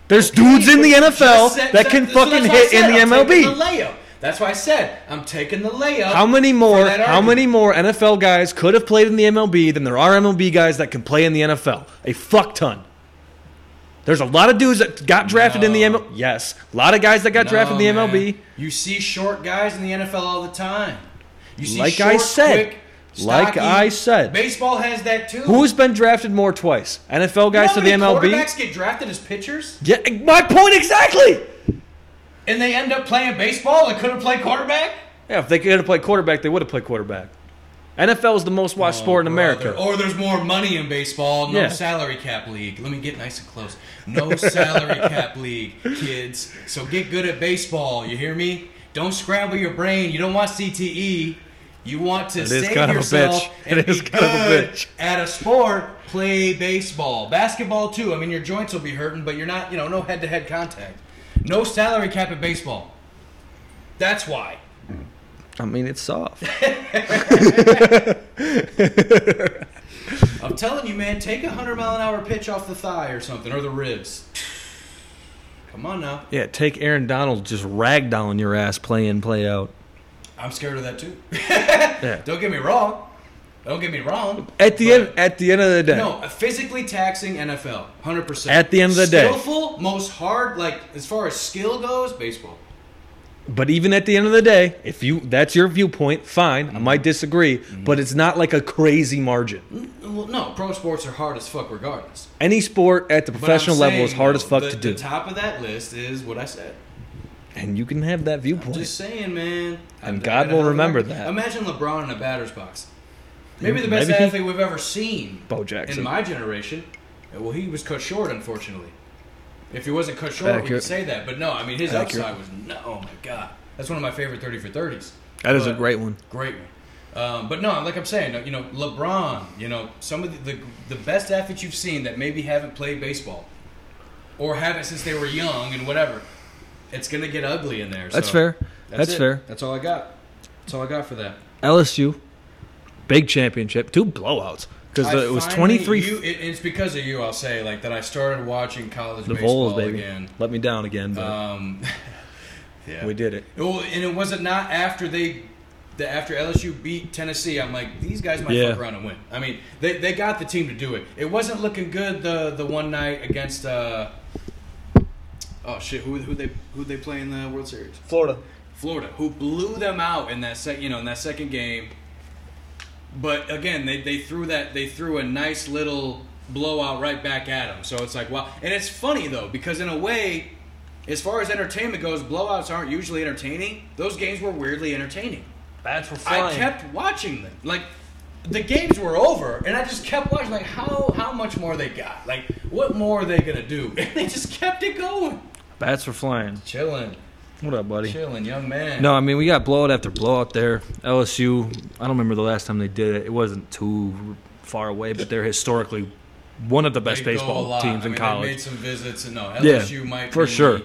A: There's dudes in the
B: Just
A: NFL
B: said-
A: that
B: so-
A: can
B: so
A: fucking
B: that's why I
A: hit in
B: said
A: the
B: I'm
A: MLB.
B: taking the layup. That's why I said I'm taking the layup.
A: How many
B: for
A: more?
B: that
A: How
B: argument.
A: many more NFL guys could have played in the MLB than there are MLB guys that can play in the NFL? A fuck ton. There's a lot of dudes that got drafted in the
B: No.
A: MLB. Yes, a lot of guys that got drafted in the
B: No, man.
A: MLB.
B: You see short guys in the NFL all the time. You see
A: Like
B: short,
A: I said.
B: quick,
A: Like
B: stocky-
A: I said.
B: Baseball has that too.
A: Who's been drafted more twice? NFL
B: You know
A: guys
B: how
A: to the
B: many
A: MLB.
B: Quarterbacks get drafted as pitchers,
A: Yeah, my point exactly.
B: and they end up playing baseball and couldn't play quarterback.
A: Yeah, if they could have played quarterback, they would have played quarterback. NFL is the most watched sport in America.
B: Or there's more money in baseball. No
A: Yeah.
B: salary cap league. Let me get nice and close. No salary cap league, kids. So get good at baseball. You hear me? Don't scramble your brain. You don't want CTE. You want to
A: is
B: save
A: kind of a
B: yourself
A: bitch.
B: and
A: It is
B: be
A: kind of a
B: good
A: bitch.
B: at a sport. Play baseball, basketball too. I mean, your joints will be hurting, but you're not. You know, no head-to-head contact. No salary cap at baseball. That's why.
A: I mean, it's soft.
B: I'm telling you, man, take a 100 mile an hour pitch off the thigh or something, or the ribs. Come on now.
A: yeah, take Aaron Donald just ragdolling your ass play in, play out.
B: I'm scared of that too.
A: Yeah.
B: Don't get me wrong. Don't get me wrong.
A: At the
B: But-
A: end, at the end of the day,
B: No, a physically taxing NFL, 100%.
A: At the end of the day.
B: Skillful, most hard, like, as far as skill goes, baseball.
A: But even at the end of the day, if you that's your viewpoint, fine. I might disagree, but it's not like a crazy margin.
B: Well, no, pro sports are hard as fuck regardless.
A: Any sport at the
B: But I'm
A: professional level is
B: saying,
A: hard as
B: though,
A: fuck
B: the-
A: to do.
B: The top of that list is what I said.
A: and you can have that viewpoint.
B: Just saying, man.
A: And
B: I-
A: God
B: I-
A: will
B: I-
A: remember that.
B: Imagine LeBron in a batter's box. Maybe the best
A: Maybe he-
B: athlete we've ever seen.
A: Bo Jackson.
B: In my generation. Uh, Well, he was cut short, unfortunately. If he wasn't cut short, we
A: Accurate.
B: could say that. But no, I mean, his
A: Accurate.
B: upside was no. Oh, my God. That's one of my favorite 30 for 30s.
A: that is a
B: But-
A: great one.
B: Great one. Um, but no, like I'm saying, you know, LeBron, you know, some of the, the, the best athletes you've seen that maybe haven't played baseball or haven't since they were young and whatever, it's going to get ugly in there.
A: That's
B: so
A: fair. That's
B: it.
A: fair.
B: That's all I got. That's all I got for that.
A: LSU, big championship, two blowouts because
B: I
A: it was
B: finally-
A: twenty three.
B: you- it- it's because of you, I'll say, like that I started watching college
A: The
B: baseball
A: Vols, baby,
B: again.
A: let me down again, but
B: Um, yeah.
A: we did it.
B: Well, and it wasn't not after they, the, after LSU beat Tennessee. I'm like, these guys might
A: Yeah.
B: fuck around and win. I mean, they, they got the team to do it. It wasn't looking good the the one night against. Uh, oh shit! Who who they who they play in the World Series?
A: Florida.
B: Florida, who blew them out in that sec, you know, in that second game. But again, they, they threw that they threw a nice little blowout right back at them. So it's like wow, and it's funny though because in a way, as far as entertainment goes, blowouts aren't usually entertaining. Those games were weirdly entertaining.
A: Bats were
B: I kept watching them. Like the games were over, and I just kept watching. Like how how much more they got? Like what more are they gonna do? And they just kept it going.
A: Bats were flying.
B: Chilling,
A: What up, buddy?
B: chilling, young man.
A: No, I mean we got blowout after blowout there. LSU. I don't remember the last time they did it. It wasn't too far away, but they're historically one of the best
B: They go a
A: baseball
B: lot.
A: teams in
B: I mean, They made
A: college.
B: some visits, and uh, no,
A: Yeah,
B: LSU might
A: for
B: be
A: sure.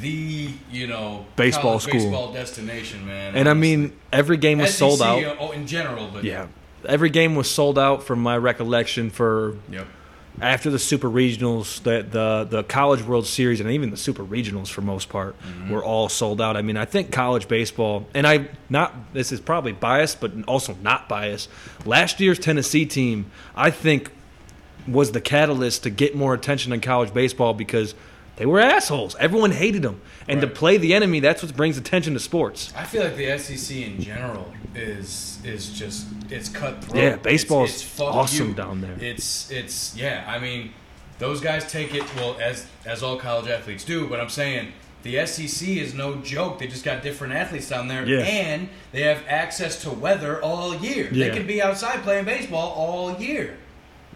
B: the you know
A: Baseball
B: college
A: school.
B: baseball destination, man.
A: And I
B: honestly.
A: mean every game was sold
B: SEC,
A: out.
B: uh, Oh, in general, but
A: Yeah, every game was sold out from my recollection for
B: yep.
A: after the super regionals, the the, the college World Series, and even the super regionals for most part were all sold out. I mean, I think college baseball, and I not this is probably biased, but also not biased. Last year's Tennessee team, I think, was the catalyst to get more attention in college baseball because. They were assholes. Everyone hated them. And to
B: Right.
A: play the enemy, that's what brings attention to sports.
B: I feel like the SEC in general is is just it's cutthroat.
A: Yeah, baseball
B: It's-
A: is
B: it's fuck
A: awesome
B: you.
A: down there.
B: It's it's yeah. I mean, those guys take it well as as all college athletes do. But I'm saying The SEC is no joke. They just got different athletes down there,
A: Yeah.
B: and they have access to weather all year.
A: Yeah.
B: They can be outside playing baseball all year.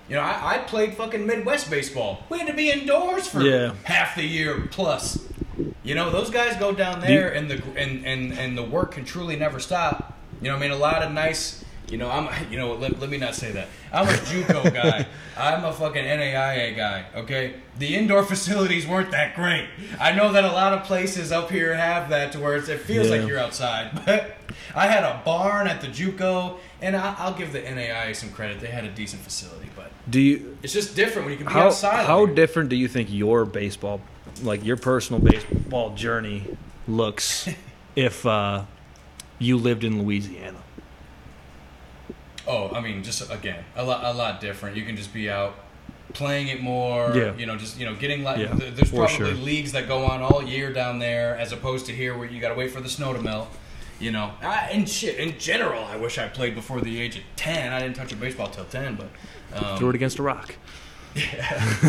B: You know, I, I played fucking Midwest baseball. We had to be indoors for
A: Yeah.
B: half the year plus. You know, those guys go down there,
A: you-
B: and the and, and and the work can truly never stop. You know, I mean, a lot of nice. You know, I'm. You know, let, let me not say that. I'm a JUCO guy. I'm a fucking NAIA guy. Okay, the indoor facilities weren't that great. I know that a lot of places up here have that to where it's, it feels
A: Yeah.
B: like you're outside. But I had a barn at the JUCO, and I, I'll give the NAIA some credit. They had a decent facility, but
A: Do you
B: it's just different when you can be
A: how
B: outside.
A: how
B: like that.
A: different do you think your baseball, like your personal baseball journey, looks if uh, you lived in Louisiana?
B: Oh, I mean, just again, a lot, a lot different. You can just be out playing it more.
A: Yeah.
B: You know, just you know, getting like
A: Yeah,
B: th- there's
A: for
B: probably
A: sure.
B: leagues that go on all year down there, as opposed to here where you got to wait for the snow to melt. You know, I, and shit. In general, I wish I played before the age of ten. I didn't touch a baseball till ten, but um,
A: Oh. Threw it against a rock.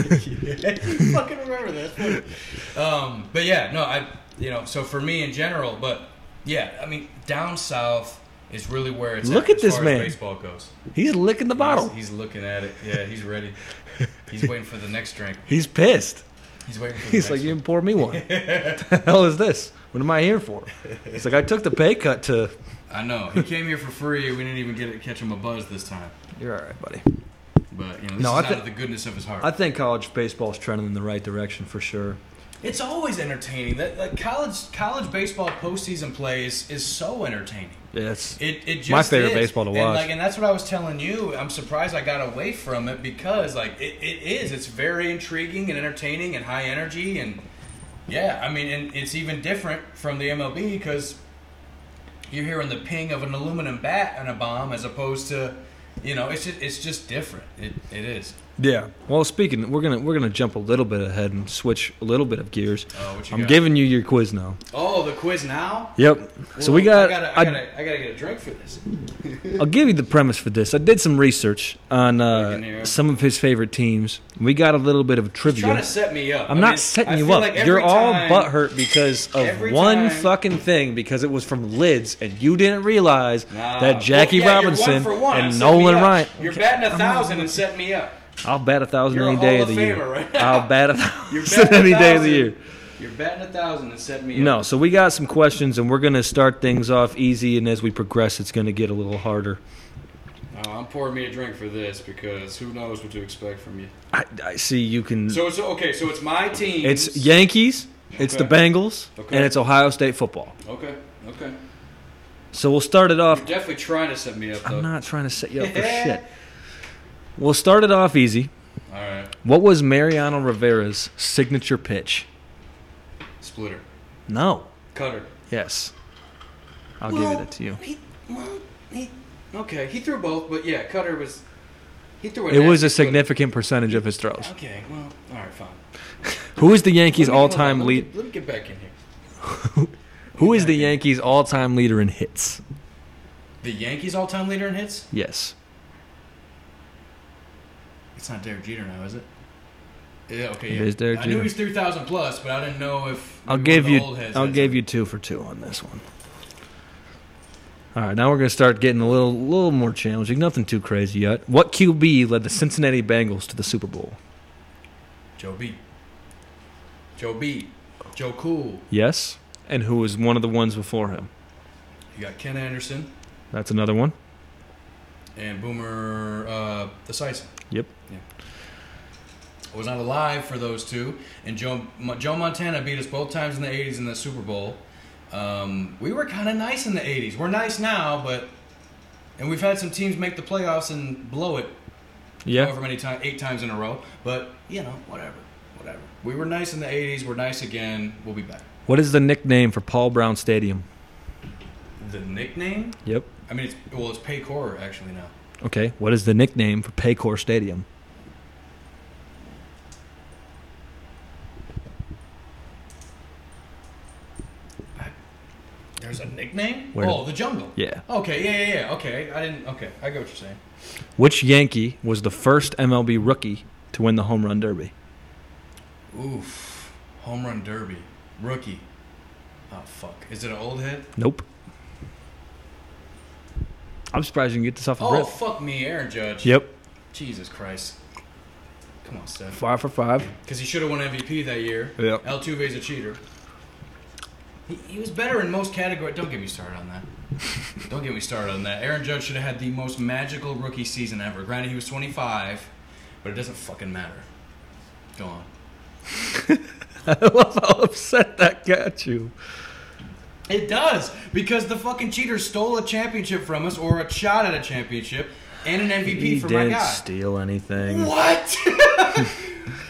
B: fucking remember that. Um, but yeah, no, I you know, so for me in general, but yeah, I mean, down south is really where it's
A: Look at
B: as
A: this
B: far
A: man.
B: As baseball goes.
A: He's licking the bottle.
B: He's, he's looking at it. Yeah, he's ready. He's waiting for the next drink.
A: He's pissed.
B: He's waiting for the
A: He's
B: next
A: like, you didn't pour me one. the hell is this? What am I here for? He's like, I took the pay cut to.
B: one. I know. He came here for free. We didn't even get it, catch him a buzz this time.
A: You're all right, buddy.
B: But you know,
A: No,
B: this is
A: I
B: out
A: thi-
B: of the goodness of his heart.
A: I think college baseball's trending in the right direction for sure.
B: it's always entertaining. That like college college baseball postseason plays is so entertaining.
A: It's
B: It, it just
A: My favorite
B: is.
A: baseball to
B: and
A: watch.
B: Like, and that's what I was telling you. I'm surprised I got away from it because like it, it is. It's very intriguing and entertaining and high energy and yeah. I mean, and it's even different from the MLB because you're hearing the ping of an aluminum bat and a bomb as opposed to you know it's just it's just different. It it is.
A: yeah. Well, speaking, we're gonna we're gonna jump a little bit ahead and switch a little bit of gears.
B: Oh, what you
A: I'm
B: got?
A: giving you your quiz now.
B: Oh, the quiz now.
A: Yep. so we
B: Well,
A: got.
B: I gotta, I, gotta, I gotta get a drink for this.
A: I'll give you the premise for this. I did some research on
B: Looking here.
A: uh, some of his favorite teams. We got a little bit of trivia.
B: Trying to set me up.
A: I'm
B: I
A: not
B: mean, I
A: setting you
B: feel
A: up.
B: like every
A: You're all
B: time-
A: butthurt because of
B: every
A: one
B: time-
A: fucking thing because it was from Lids and you didn't realize
B: Nah.
A: that Jackie
B: Well, yeah, you're one
A: Robinson
B: for one.
A: and
B: Set me
A: Nolan
B: up.
A: Ryan.
B: You're batting a thousand and setting me up.
A: I'll bat a 1000
B: You're a
A: any day
B: Hall
A: of
B: of
A: the year.
B: Famer right now.
A: I'll bat a
B: You're
A: thousand
B: batting
A: any
B: a
A: day of the
B: thousand.
A: year.
B: You're batting a thousand and setting me up.
A: No, so we got some questions and we're gonna start things off easy and as we progress it's gonna get a little harder.
B: Oh, I'm pouring me a drink for this because who knows what to expect from you.
A: I, I see you can.
B: So it's okay. So it's my team.
A: it's Yankees, it's the
B: Okay.
A: Bengals,
B: Okay.
A: and it's Ohio State football.
B: Okay. Okay.
A: So we'll start it off
B: You're definitely trying to set me up though.
A: I'm not trying to set you up for shit. We'll start it off easy.
B: All right.
A: What was Mariano Rivera's signature pitch?
B: Splitter.
A: No.
B: Cutter.
A: Yes. I'll
B: Well,
A: give it to you.
B: He, well, he, okay. He threw both, but yeah, Cutter was. He threw a
A: It was
B: nasty
A: a
B: splitter.
A: significant percentage of his throws.
B: Okay. Well. All right. Fine.
A: Who is the Yankees
B: Let me- hold on,
A: all-time
B: let me
A: lead?
B: get- Let me get back in here.
A: Who is the Yankees all-time leader in hits?
B: The Yankees all-time leader in hits?
A: Yes.
B: It's not Derek Jeter now, is it? Yeah, okay.
A: It
B: Yeah.
A: is Derek
B: I knew
A: Jeter.
B: he was 3,000 plus, but I didn't know if.
A: I'll
B: we
A: give
B: were the
A: you.
B: old heads
A: I'll
B: that-
A: give you two for two on this one. All right, now we're gonna start getting a little, little more challenging. Nothing too crazy yet. What QB led the Cincinnati Bengals to the Super Bowl?
B: Joe B. Joe B. Joe Cool.
A: Yes. And who was one of the ones before him?
B: You got Ken Anderson
A: That's another one.
B: and Boomer uh, the Sison.
A: Yep.
B: I was not alive for those two. And Joe, Mo- Joe Montana beat us both times in the 80s in the Super Bowl. Um, we were kind of nice in the 80s. We're nice now, but. And we've had some teams make the playoffs and blow it
A: Yeah.
B: however many times, eight times in a row. But you know, whatever, whatever. We were nice in the '80s. We're nice again. We'll be back.
A: What is the nickname for Paul Brown Stadium?
B: The nickname?
A: Yep.
B: I mean, it's well, it's Paycor actually now.
A: Okay. What is the nickname for Paycor Stadium?
B: There's a nickname?
A: Where-
B: Oh, the jungle.
A: Yeah.
B: Okay, yeah, yeah, yeah. Okay, I didn't. Okay, I get what you're saying.
A: Which Yankee was the first MLB rookie to win the home run derby?
B: Oof, home run derby, rookie. Oh fuck! Is it an old head?
A: Nope. I'm surprised you can get this off the
B: Oh
A: rip.
B: fuck me, Aaron Judge.
A: Yep.
B: Jesus Christ. Come on, Steph.
A: Five for five.
B: Because he should have won MVP that year.
A: Yep.
B: Altuve's a cheater. He, he was better in most categories. Don't get me started on that. Don't get me started on that. Aaron Judge should have had the most magical rookie season ever. Granted, he was 25, but it doesn't fucking matter. Go on.
A: I love how upset that got you.
B: It does because the fucking cheater stole a championship from us, or a shot at a championship, and an MVP
A: He
B: from my
A: didn't
B: guy.
A: steal anything.
B: What?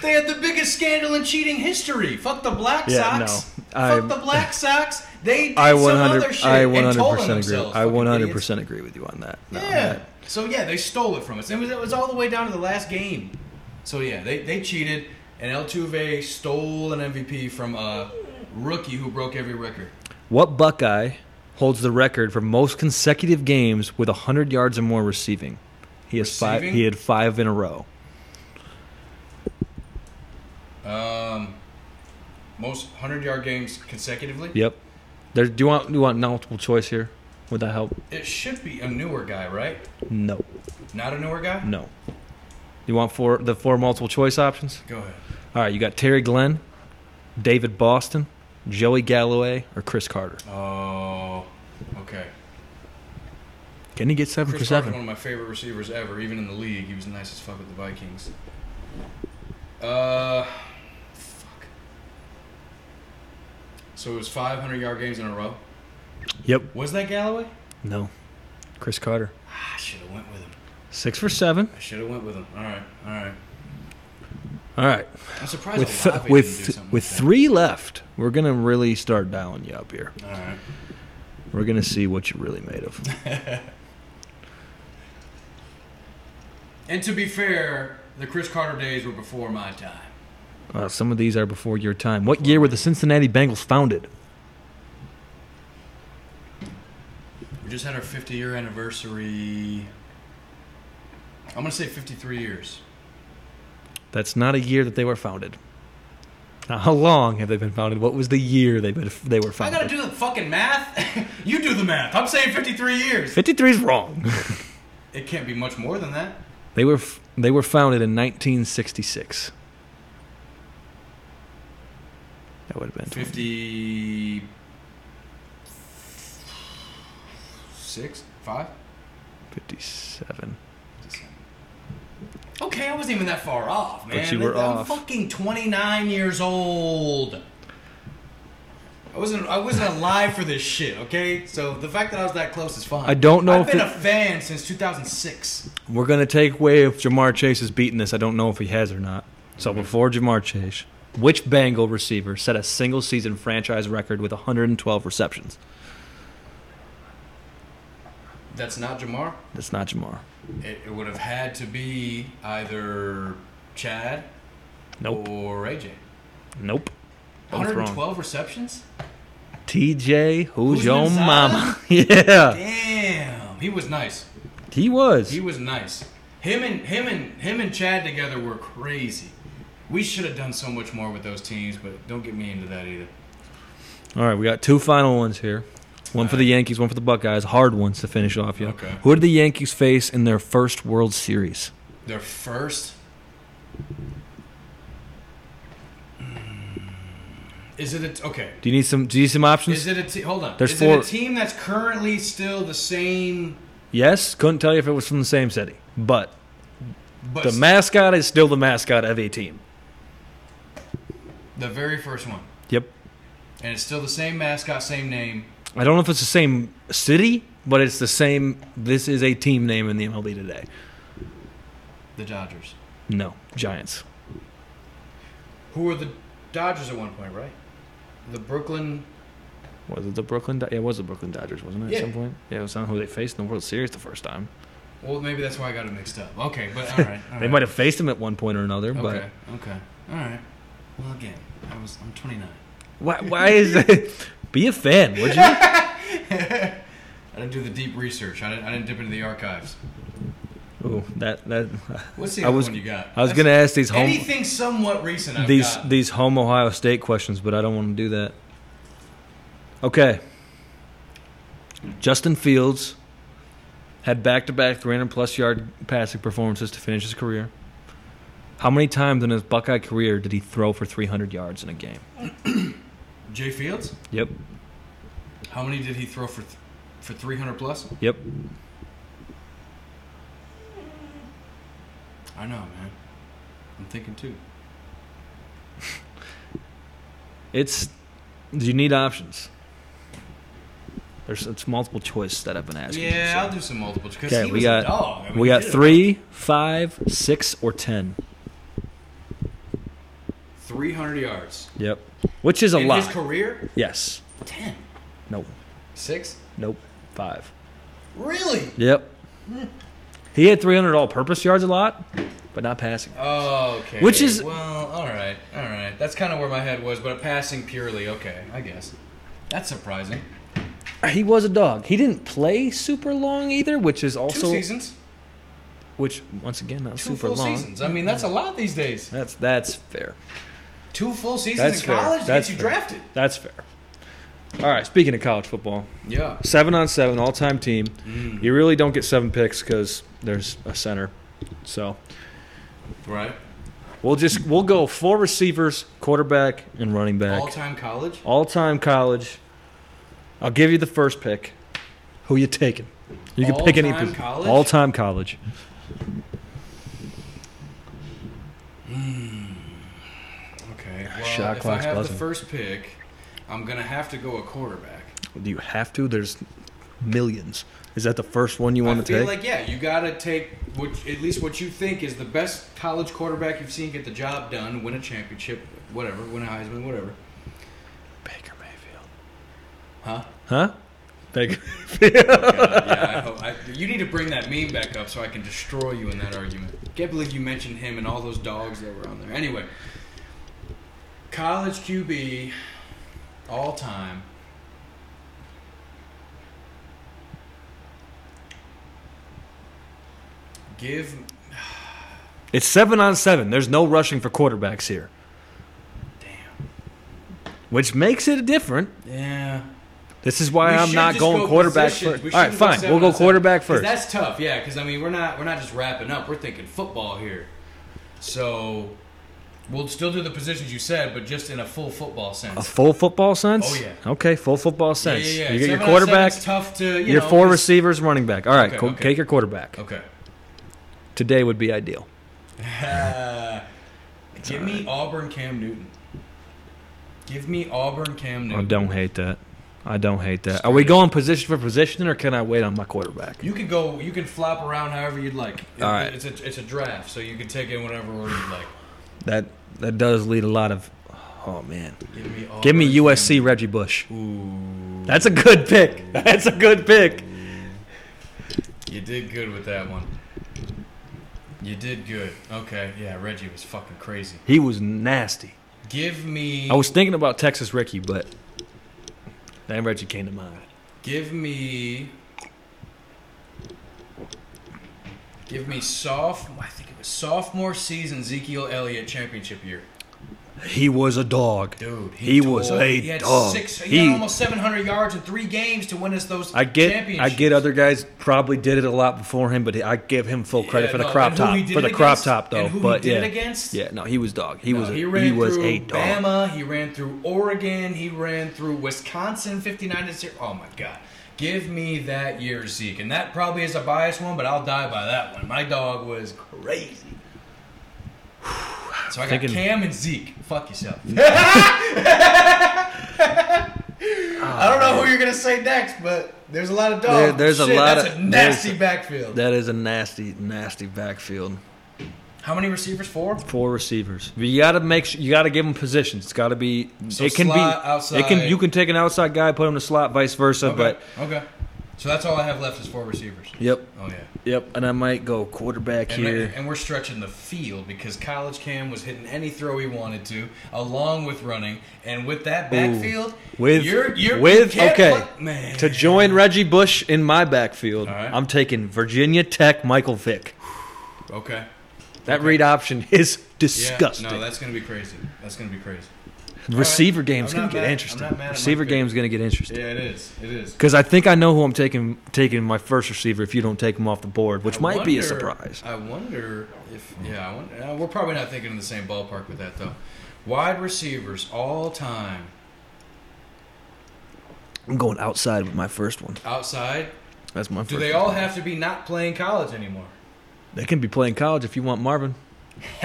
B: they had the biggest scandal in cheating history. Fuck the Black
A: Yeah,
B: Sox.
A: no.
B: Fuck
A: I'm-
B: the Black Sox. They did
A: I
B: some
A: 100.
B: other shit
A: I
B: and
A: 100
B: told on
A: percent agree.
B: themselves.
A: I
B: fucking
A: 100
B: idiots.
A: percent agree with you on that. No,
B: Yeah. So yeah, they stole it from us. It was it was all the way down to the last game. So yeah, they they cheated, and El Tuve stole an MVP from a rookie who broke every record.
A: What Buckeye holds the record for most consecutive games with 100 yards or more receiving? He has five.
B: Receiving?
A: He had five in a row.
B: Um, most hundred yard games consecutively.
A: Yep. There, do you want do you want multiple choice here? Would that help?
B: It should be a newer guy, right?
A: No,
B: Not a newer guy.
A: no. You want four the four multiple choice options?
B: Go ahead.
A: All right, you got Terry Glenn, David Boston, Joey Galloway, or Chris Carter.
B: Oh, okay.
A: Can he get seven
B: Chris
A: for
B: Carter's
A: seven?
B: one of my favorite receivers ever, even in the league. He was nice as fuck with the Vikings. Uh, fuck. So it was 500 yard games in a row.
A: Yep.
B: Was that Galloway?
A: No. Chris Carter,
B: Ah, I should have went with him.
A: six for seven.
B: I should have went with him. All right, all right.
A: All right.
B: I'm surprised
A: With
B: Olave didn't do
A: with
B: something
A: with
B: like
A: three left, we're gonna really start dialing you up here.
B: that. All right.
A: We're gonna see what you're really made of.
B: And to be fair, the Chris Carter days were before my time.
A: Uh, some of these are before your time. What year were the Cincinnati Bengals founded?
B: We just had our 50 year anniversary. I'm going to say 53 years.
A: That's not a year that they were founded. Now, how long have they been founded? What was the year they been, they were
B: I
A: founded?
B: gotta do the fucking math. you do the math. I'm saying 53 years.
A: 53 is wrong.
B: It can't be much more than that.
A: they were f- they were founded in 1966. That would have been
B: 50. Six? Five?
A: 57.
B: Okay, I wasn't even that far off, man.
A: you were
B: I'm
A: off.
B: fucking 29 years old. I wasn't. I wasn't alive for this shit. Okay, so the fact that I was that close is fine.
A: I don't know
B: I've
A: if
B: been
A: it-
B: a fan since 2006.
A: We're going to take away if Jamar Chase is beating this. I don't know if he has or not. So before Jamar Chase, which Bengal receiver set a single season franchise record with 112 receptions?
B: That's not Jamar.
A: That's not Jamar.
B: It, it would have had to be either Chad
A: Nope.
B: or AJ.
A: Nope. Both wrong.
B: 112 receptions?
A: TJ, who's,
B: Who's
A: your
B: Gonzaga?
A: mama? yeah.
B: Damn, he was nice.
A: He was.
B: He was nice. Him and him and him and Chad together were crazy. We should have done so much more with those teams, but don't get me into that either.
A: All right, we got two final ones here. One for the Yankees, one for the Buckeyes. Hard ones to finish off, you.
B: Okay.
A: Who did the Yankees face in their first World Series?
B: Their first. Hmm. Is it a okay?
A: Do you need some? Do you need some options?
B: Is it a te- hold on?
A: There's
B: is
A: four-
B: it a team that's currently still the same?
A: yes. Couldn't tell you if it was from the same city, but
B: But
A: the mascot is still the mascot of a team.
B: the very first one,
A: Yep.
B: and it's still the same mascot, same name.
A: I don't know if it's the same city, but it's the same. This is a team name in the MLB today.
B: The Dodgers.
A: No, Giants.
B: Who were the Dodgers at one point, right? The Brooklyn.
A: Was it the Brooklyn? Do- yeah, it was the Brooklyn Dodgers, wasn't it?
B: Yeah.
A: At some point, yeah, it was on who they faced in the World Series the first time.
B: Well, maybe that's why I got it mixed up. Okay, but all right. all
A: They
B: right.
A: might have faced him at one point or another,
B: Okay.
A: but
B: Okay. All right. Well, again, I was. I'm 29.
A: why? Why is it? Be a fan, would you?
B: I didn't do the deep research. I didn't. I didn't dip into the archives.
A: Ooh, that that.
B: What's the
A: I
B: other
A: was-
B: one you got?
A: I was
B: That's-
A: gonna ask these home
B: anything somewhat recent. I've
A: these
B: got.
A: these home Ohio State questions, but I don't want to do that. Okay. Justin Fields had back to back 300 plus yard passing performances to finish his career. How many times in his Buckeye career did he throw for 300 yards in a game?
B: Jay Fields.
A: Yep.
B: How many did he throw for th- for 300 plus?
A: Yep.
B: I know, man. I'm thinking too.
A: It's. You need options. There's it's multiple choice that I've been asking. you,
B: yeah,
A: so.
B: I'll do some multiples because
A: Okay,
B: he
A: we
B: was
A: got-
B: a dog. I mean,
A: We
B: he
A: got
B: did it.
A: three, five, six, or ten.
B: 300 yards.
A: Yep. Which is a
B: In
A: lot.
B: his career,
A: yes.
B: 10.
A: Nope.
B: 6?
A: Nope. Five.
B: Really?
A: Yep. He had 300 all-purpose yards a lot, but not passing.
B: Okay.
A: Which is-
B: well, all right, all right. That's kind of where my head was, but passing purely. Okay, I guess. That's surprising.
A: He was a dog. He didn't play super long either, which is
B: Two
A: also
B: seasons,
A: which once again not
B: two
A: super
B: full
A: long.
B: seasons. I mean, that's a lot these days.
A: That's that's fair.
B: Two full seasons
A: That's
B: in
A: fair.
B: college
A: That's
B: gets you
A: fair.
B: drafted.
A: That's fair. All right. Speaking of college football,
B: Yeah.
A: seven on seven all-time team.
B: Mm,
A: You really don't get seven picks because there's a center. So
B: Right.
A: we'll just we'll go four receivers, quarterback, and running back.
B: All-time college.
A: All time college. I'll give you the first pick. Who you taking? You can pick any
B: All-time
A: position.
B: college?
A: All time college.
B: Okay. Well,
A: Shot
B: if I
A: clock's
B: have
A: buzzing.
B: the first pick, I'm gonna have to go a quarterback.
A: Do you have to? There's millions. Is that the first one you
B: I
A: want to
B: feel
A: take?
B: like yeah, you gotta take what at least what you think is the best college quarterback you've seen get the job done, win a championship, whatever, win a Heisman, whatever.
A: Baker Mayfield.
B: Huh?
A: Huh? Baker.
B: God, yeah, I hope, I, you need to bring that meme back up so I can destroy you in that argument. Can't believe you mentioned him and all those dogs that were on there. Anyway, college QB all time. Give
A: It's seven on seven. There's no rushing for quarterbacks here,
B: damn
A: which makes it different.
B: yeah.
A: This is why
B: We
A: I'm
B: should
A: not
B: just
A: going
B: go
A: quarterback
B: positions.
A: first.
B: We
A: All right,
B: shouldn't go
A: fine.
B: seven
A: We'll go
B: on seven.
A: quarterback
B: 'Cause
A: first.
B: That's tough, yeah. Because I mean, we're not we're not just wrapping up. We're thinking football here, so we'll still do the positions you said, but just in a full football
A: A
B: sense.
A: full football sense?
B: Oh, yeah.
A: Okay, full football sense.
B: Yeah, yeah, yeah.
A: You get your
B: Seven on
A: quarterback,
B: seven's tough to you
A: your
B: know,
A: four
B: 'cause-
A: receivers, running back. All right,
B: Okay,
A: co-
B: okay.
A: take your quarterback.
B: Okay.
A: Today would be ideal.
B: Uh, give me Auburn Cam Newton. Give me Auburn Cam
A: I
B: Newton.
A: don't hate that. I don't hate that. Are we going position for position, or can I wait on my quarterback?
B: You can go. You can flop around however you'd like. It-
A: All right.
B: It's a it's a draft, so you can take in whatever order you'd like.
A: That that does lead a lot of. Oh man,
B: Give me. Auburn,
A: give me
B: Cam
A: USC Reggie Bush.
B: Ooh,
A: That's a good pick. That's a good pick.
B: you did good with that one. You did good. Okay, yeah, Reggie was fucking crazy.
A: He was nasty.
B: Give me,
A: I was thinking about Texas Ricky, but then Reggie came to mind.
B: give me, give me sophomore. I think it was sophomore season. Ezekiel Elliott championship year.
A: He was a dog.
B: Dude,
A: He was
B: tore-
A: a
B: he had
A: dog.
B: Six, he,
A: He-
B: had almost 700 yards in three games to win us those.
A: I get, I
B: championships.
A: get. Other guys probably did it a lot before him, but I give him full credit
B: Yeah,
A: for the
B: no,
A: crop
B: and who
A: top.
B: he did
A: For
B: it
A: the crop
B: against,
A: top, though.
B: and who he
A: but
B: did it
A: yeah.
B: against.
A: Yeah, no, he was dog. He
B: No,
A: was. A,
B: Uh, he
A: he,
B: ran
A: was
B: through
A: a dog.
B: Bama. He ran through Oregon. He ran through Wisconsin, fifty-nine to zero. Oh my God! Give me that year, Zeke, and that probably is a biased one, but I'll die by that one. My dog was crazy. So I got
A: Thinking-
B: Cam and Zeke. Fuck yourself. I don't know who you're gonna say next, but there's a lot of dogs.
A: Oh, There- there's a
B: Shit,
A: lot
B: that's
A: of-
B: a nasty
A: there's-
B: backfield.
A: That is a nasty, nasty backfield.
B: How many receivers? Four.
A: Four receivers. You got to make sure, you got to give them positions. It's got to be
B: So
A: it can
B: slot,
A: be it can
B: outside.
A: you can take an outside guy, put him in the slot, vice versa.
B: Okay.
A: But
B: okay. So that's all I have left is four receivers.
A: yep,
B: Oh yeah.
A: yep. And I might go quarterback
B: And,
A: here.
B: and we're stretching the field because College Cam was hitting any throw he wanted to, along with running, and with that backfield,
A: With
B: you're, you're,
A: with
B: you can't
A: okay
B: put- man.
A: to join Reggie Bush in my backfield,
B: All right.
A: I'm taking Virginia Tech Michael Vick.
B: okay,
A: That read option is
B: yeah,
A: disgusting.
B: no, that's gonna be crazy. That's gonna be crazy.
A: Receiver game's
B: I'm
A: gonna
B: not
A: get
B: mad- I'm
A: interesting.
B: not mad at my
A: receiver
B: pick.
A: game's gonna get interesting.
B: Yeah, it is. It is.
A: Because I think I know who I'm taking taking my first receiver if you don't take him off the board, which
B: I
A: might be a
B: wonder-
A: surprise.
B: I wonder if yeah, I wonder, uh, we're probably not thinking in the same ballpark with that though. Wide receivers all time
A: I'm going outside with my first one.
B: outside.
A: That's my first.
B: Do they
A: one.
B: all have to be not playing college anymore?
A: They can be playing college if you want Marvin.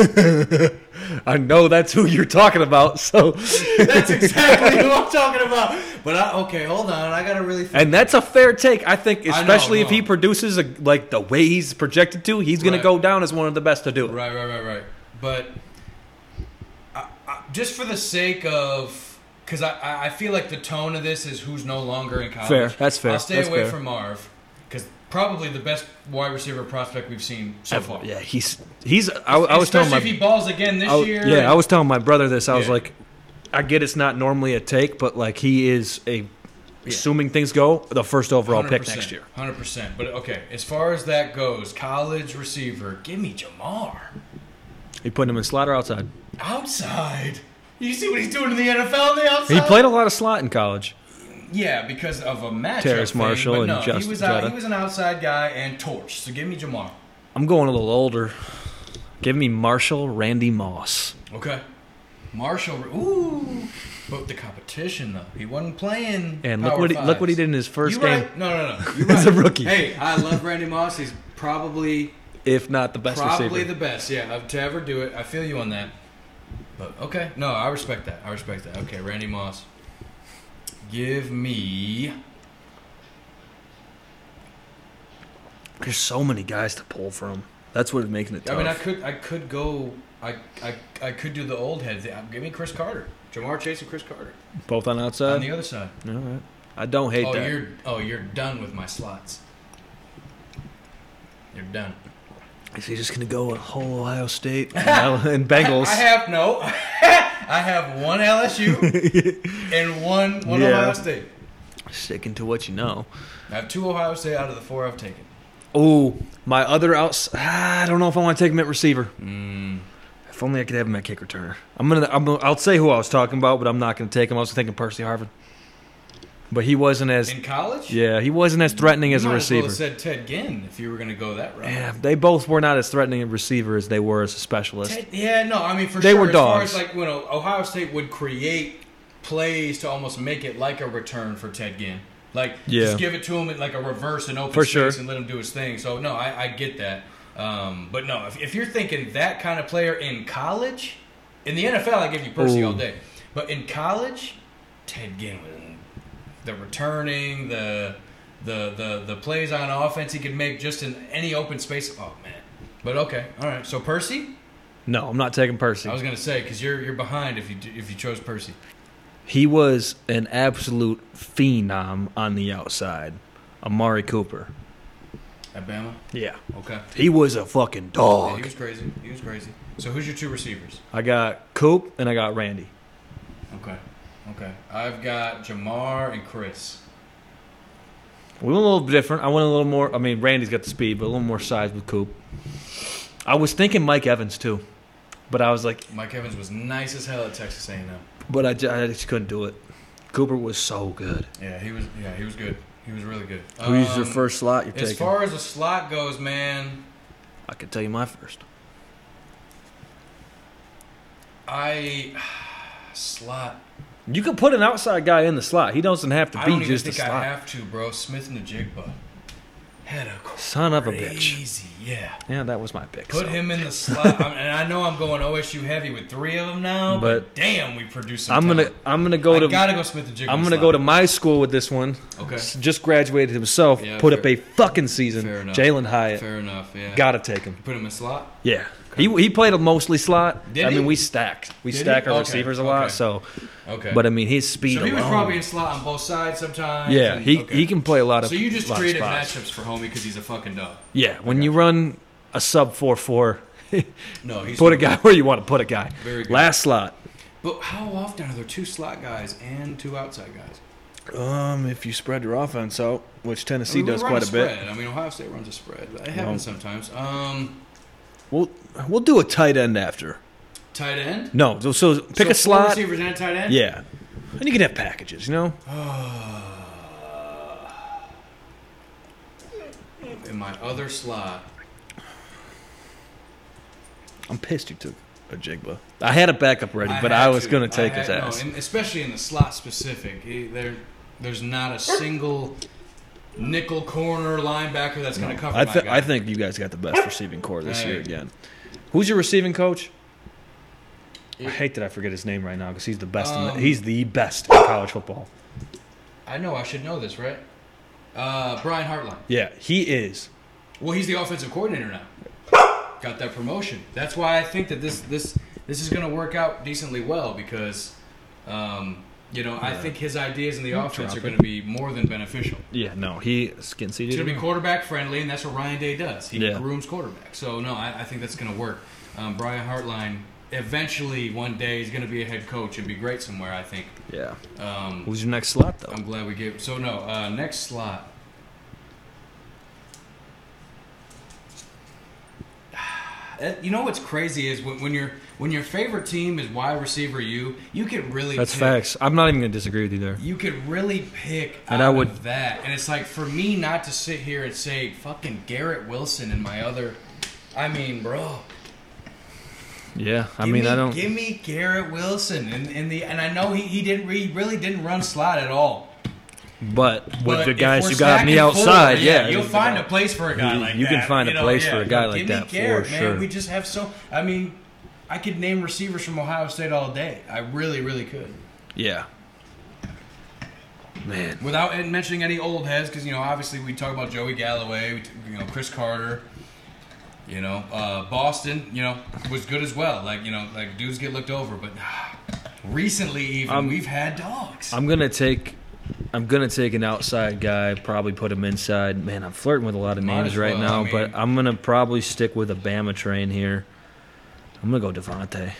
A: I know that's who you're talking about. So,
B: That's exactly who I'm talking about. But I, okay, hold on. I gotta really. Think.
A: and that's a fair take. I think,
B: know,
A: especially if
B: no.
A: he produces a, like the way he's projected to, he's going
B: Right.
A: to go down as one of the best to do it.
B: Right, right, right, right. But I, I, just for the sake of, because I- I, I feel like the tone of this is who's no longer in college.
A: Fair. That's fair.
B: I'll stay
A: That's
B: away
A: fair.
B: from Marv because probably the best wide receiver prospect we've seen so far.
A: Yeah, he's he's. I, I was telling
B: Especially
A: my
B: if he balls again this
A: I-
B: year.
A: yeah, I was telling my brother this. I was
B: Yeah.
A: like, I get it's not normally a take, but like he is a, assuming things go, the first overall pick next year.
B: Hundred percent. But okay, as far as that goes, college receiver, give me Jamar
A: He put him in slot or outside.
B: outside. You see what he's doing in the NFL on the outside.
A: He played a lot of slot in college.
B: Yeah, because of a matchup.
A: Terrace
B: thing,
A: Marshall
B: but
A: and
B: no, he
A: Justin
B: was out,
A: Jetta.
B: he was an outside guy and torch. So give me Jamar.
A: I'm going a little older. Give me Marshall Randy Moss.
B: Okay. Marshall, ooh, but the competition though he wasn't playing.
A: And
B: Power
A: look what he,
B: Fives.
A: look what he did in his first
B: you
A: game,
B: Right. No, no, no. You're
A: As a
B: right.
A: rookie.
B: Hey, I love Randy Moss. He's probably
A: if not the best
B: probably
A: receiver.
B: the best. Yeah, of- to ever do it. I feel you on that. But okay, no, I respect that. I respect that. Okay, Randy Moss. Give me.
A: There's so many guys to pull from. That's what makes it tough.
B: I mean, I could, I could go, I, I, I could do the old head. thing. Give me Chris Carter, Jamar Chase, and Chris Carter
A: Both on
B: on
A: outside.
B: the other side.
A: All right. I don't hate
B: Oh,
A: that.
B: you're, oh, you're done with my slots. You're done.
A: Is he just gonna go with whole Ohio State and Bengals?
B: I have no. I have one LSU and one one
A: Yeah.
B: Ohio State.
A: Sticking to what you know.
B: I have two Ohio State out of the four I've taken.
A: Oh, my other outs. ah, I don't know if I want to take him at receiver. Mm. If only I could have him at kick returner. I'm gonna. I'm, gonna- I'll say who I was talking about, but I'm not gonna take him. I was thinking Percy Harvin, but he wasn't as.
B: In college,
A: Yeah, he wasn't as threatening
B: You
A: as a
B: might as well
A: receiver.
B: have said Ted Ginn if you were going to go that route.
A: yeah, they both were not as threatening a receiver as they were as a specialist.
B: Ted- yeah, no, I mean for
A: They
B: sure.
A: were
B: as far
A: dogs.
B: as like you know, Ohio State would create plays to almost make it like a return for Ted Ginn. Like
A: Yeah.
B: just give it to him in like a reverse and open
A: For
B: space
A: sure.
B: and let him do his thing. So no, I, I get that. Um, but no, if, if you're thinking that kind of player in college, in the NFL, I give you Percy
A: Ooh.
B: all day. But in college, Ted Ginn was the returning, the the the the plays on offense he could make just in any open space. Oh man. But okay, all right. So Percy,
A: No, I'm not taking Percy.
B: I was gonna say because you're you're behind if you do- if you chose Percy.
A: he was an absolute phenom on the outside. Amari Cooper.
B: Alabama.
A: Yeah,
B: Okay.
A: he was a fucking
B: Yeah, he
A: dog.
B: was crazy. He was crazy. So who's your two receivers?
A: I got Coop and I got Randy.
B: Okay. Okay. I've got Jamar and Chris.
A: We went a little different. I went a little more. I mean, Randy's got the speed, but a little more size with Coop. I was thinking Mike Evans too, but I was like,
B: Mike Evans was nice as hell at Texas A&M.
A: but I just, I just couldn't do it. Cooper was so good.
B: Yeah, he was. Yeah, he was good. He was really good.
A: Who's your
B: Um,
A: first slot you're
B: As
A: taking?
B: far as the slot goes, man,
A: I can tell you my first.
B: I slot.
A: You can put an outside guy in the slot. He doesn't have to
B: I
A: be
B: don't even
A: just a
B: think
A: slot.
B: I have to, bro. Smith and Najigba had a crazy.
A: Son of a bitch.
B: Yeah.
A: Yeah, that was my pick. so.
B: Put him in the slot, I'm, and I know I'm going OSU heavy with three of them now.
A: But-
B: But, damn, we produce. Some
A: I'm gonna I'm gonna go
B: I
A: to
B: gotta go Smith and Jigba.
A: I'm gonna go to my school with this one.
B: Okay.
A: S- Just graduated himself.
B: Yeah,
A: put
B: fair-
A: up a fucking season.
B: fair enough.
A: Jalen Hyatt.
B: Fair enough. Yeah.
A: Gotta take him.
B: Put him in slot.
A: Yeah. He, he played a mostly slot.
B: Did
A: I
B: he?
A: mean, we stacked. We
B: Did
A: stack
B: he?
A: our
B: Okay,
A: receivers a lot.
B: okay.
A: So,
B: Okay.
A: but I mean, his speed
B: so he was
A: alone-
B: probably in slot on both sides sometimes.
A: yeah,
B: and-
A: he,
B: okay.
A: he can play a lot of.
B: So you just
A: lot of
B: created
A: spots.
B: matchups for homie because he's a fucking dog.
A: Yeah, when you run a sub four four,
B: No, he's
A: put a guy where you want to put a guy.
B: Very good.
A: Last slot.
B: But how often are there two slot guys and two outside guys?
A: Um, if you spread your offense out, which
B: I
A: Tennessee
B: mean, we run spread. I mean, Ohio State runs a spread. It happens sometimes. Um,
A: We'll we'll do a tight end after.
B: Tight end.
A: No, so, so pick
B: So
A: a
B: Four
A: slot.
B: receivers and a tight end.
A: Yeah, and you can have packages. You know,
B: In my other slot,
A: I'm pissed you took a Jigba. I had a backup ready, but
B: had
A: I was
B: to.
A: gonna take
B: had-
A: his ass.
B: No, and especially in the slot specific, eh, there, there's not a single nickel corner linebacker that's going to cover
A: I,
B: my
A: th-
B: guy.
A: I think you guys got the best receiving core this
B: Hey.
A: year again. Who's your receiving coach? I hate that I forget his name right now because he's the best. in
B: Um,
A: the, he's the best in college football.
B: I know I should know this, right? Uh, Brian Hartline.
A: Yeah, he is.
B: Well, he's the offensive coordinator now. Got that promotion. That's why I think that this this this is going to work out decently well because, um, you know, I think his ideas in the offense are
A: Hmm, drop
B: going to be more than beneficial.
A: Yeah, no, he skin
B: It's going to be
A: seated.
B: quarterback friendly, and that's what Ryan Day does. He
A: Yeah.
B: grooms quarterback. So no, I, I think that's going to work. Um, Brian Hartline eventually one day is going to be a head coach and be great somewhere. I think.
A: Yeah.
B: Um,
A: Who's your next slot though?
B: I'm glad we gave. So no, uh, next slot. That- Eh, You know what's crazy is when, when your when your favorite team is wide receiver you you can really
A: That's
B: pick-
A: facts. I'm not even gonna disagree with you there.
B: You could really pick
A: And
B: out
A: I would-
B: of that, and it's like for me not to sit here and say fucking Garrett Wilson and my other. I mean, bro.
A: Yeah, I
B: Give
A: mean,
B: me-
A: I don't.
B: give me Garrett Wilson and, and the and I know he, he didn't he really didn't run slot at all.
A: But with
B: But
A: the
B: if
A: guys
B: we're
A: you got me
B: stacking
A: outside,
B: forward,
A: yeah,
B: you'll
A: you-
B: find a place for a guy
A: You-
B: like
A: you
B: that.
A: can find a
B: know,
A: place for a guy
B: Give
A: like
B: me
A: that, for
B: Garrett, man.
A: sure.
B: We just have so. I mean, I could name receivers from Ohio State all day. I really, really could,
A: yeah. Man,
B: without mentioning any old heads, because you know, obviously, we talk about Joey Galloway, we t- you know, Chris Carter. You know, uh, Boston, you know, was good as well. Like, you know, like dudes get looked over, but recently even
A: I'm-
B: we've had dogs.
A: I'm gonna take. I'm gonna take an outside guy, probably put him inside. Man, I'm flirting with a lot of
B: Might
A: names
B: as
A: right
B: well,
A: now,
B: I mean-
A: but I'm gonna probably stick with a Bama train here. I'm gonna go Devontae.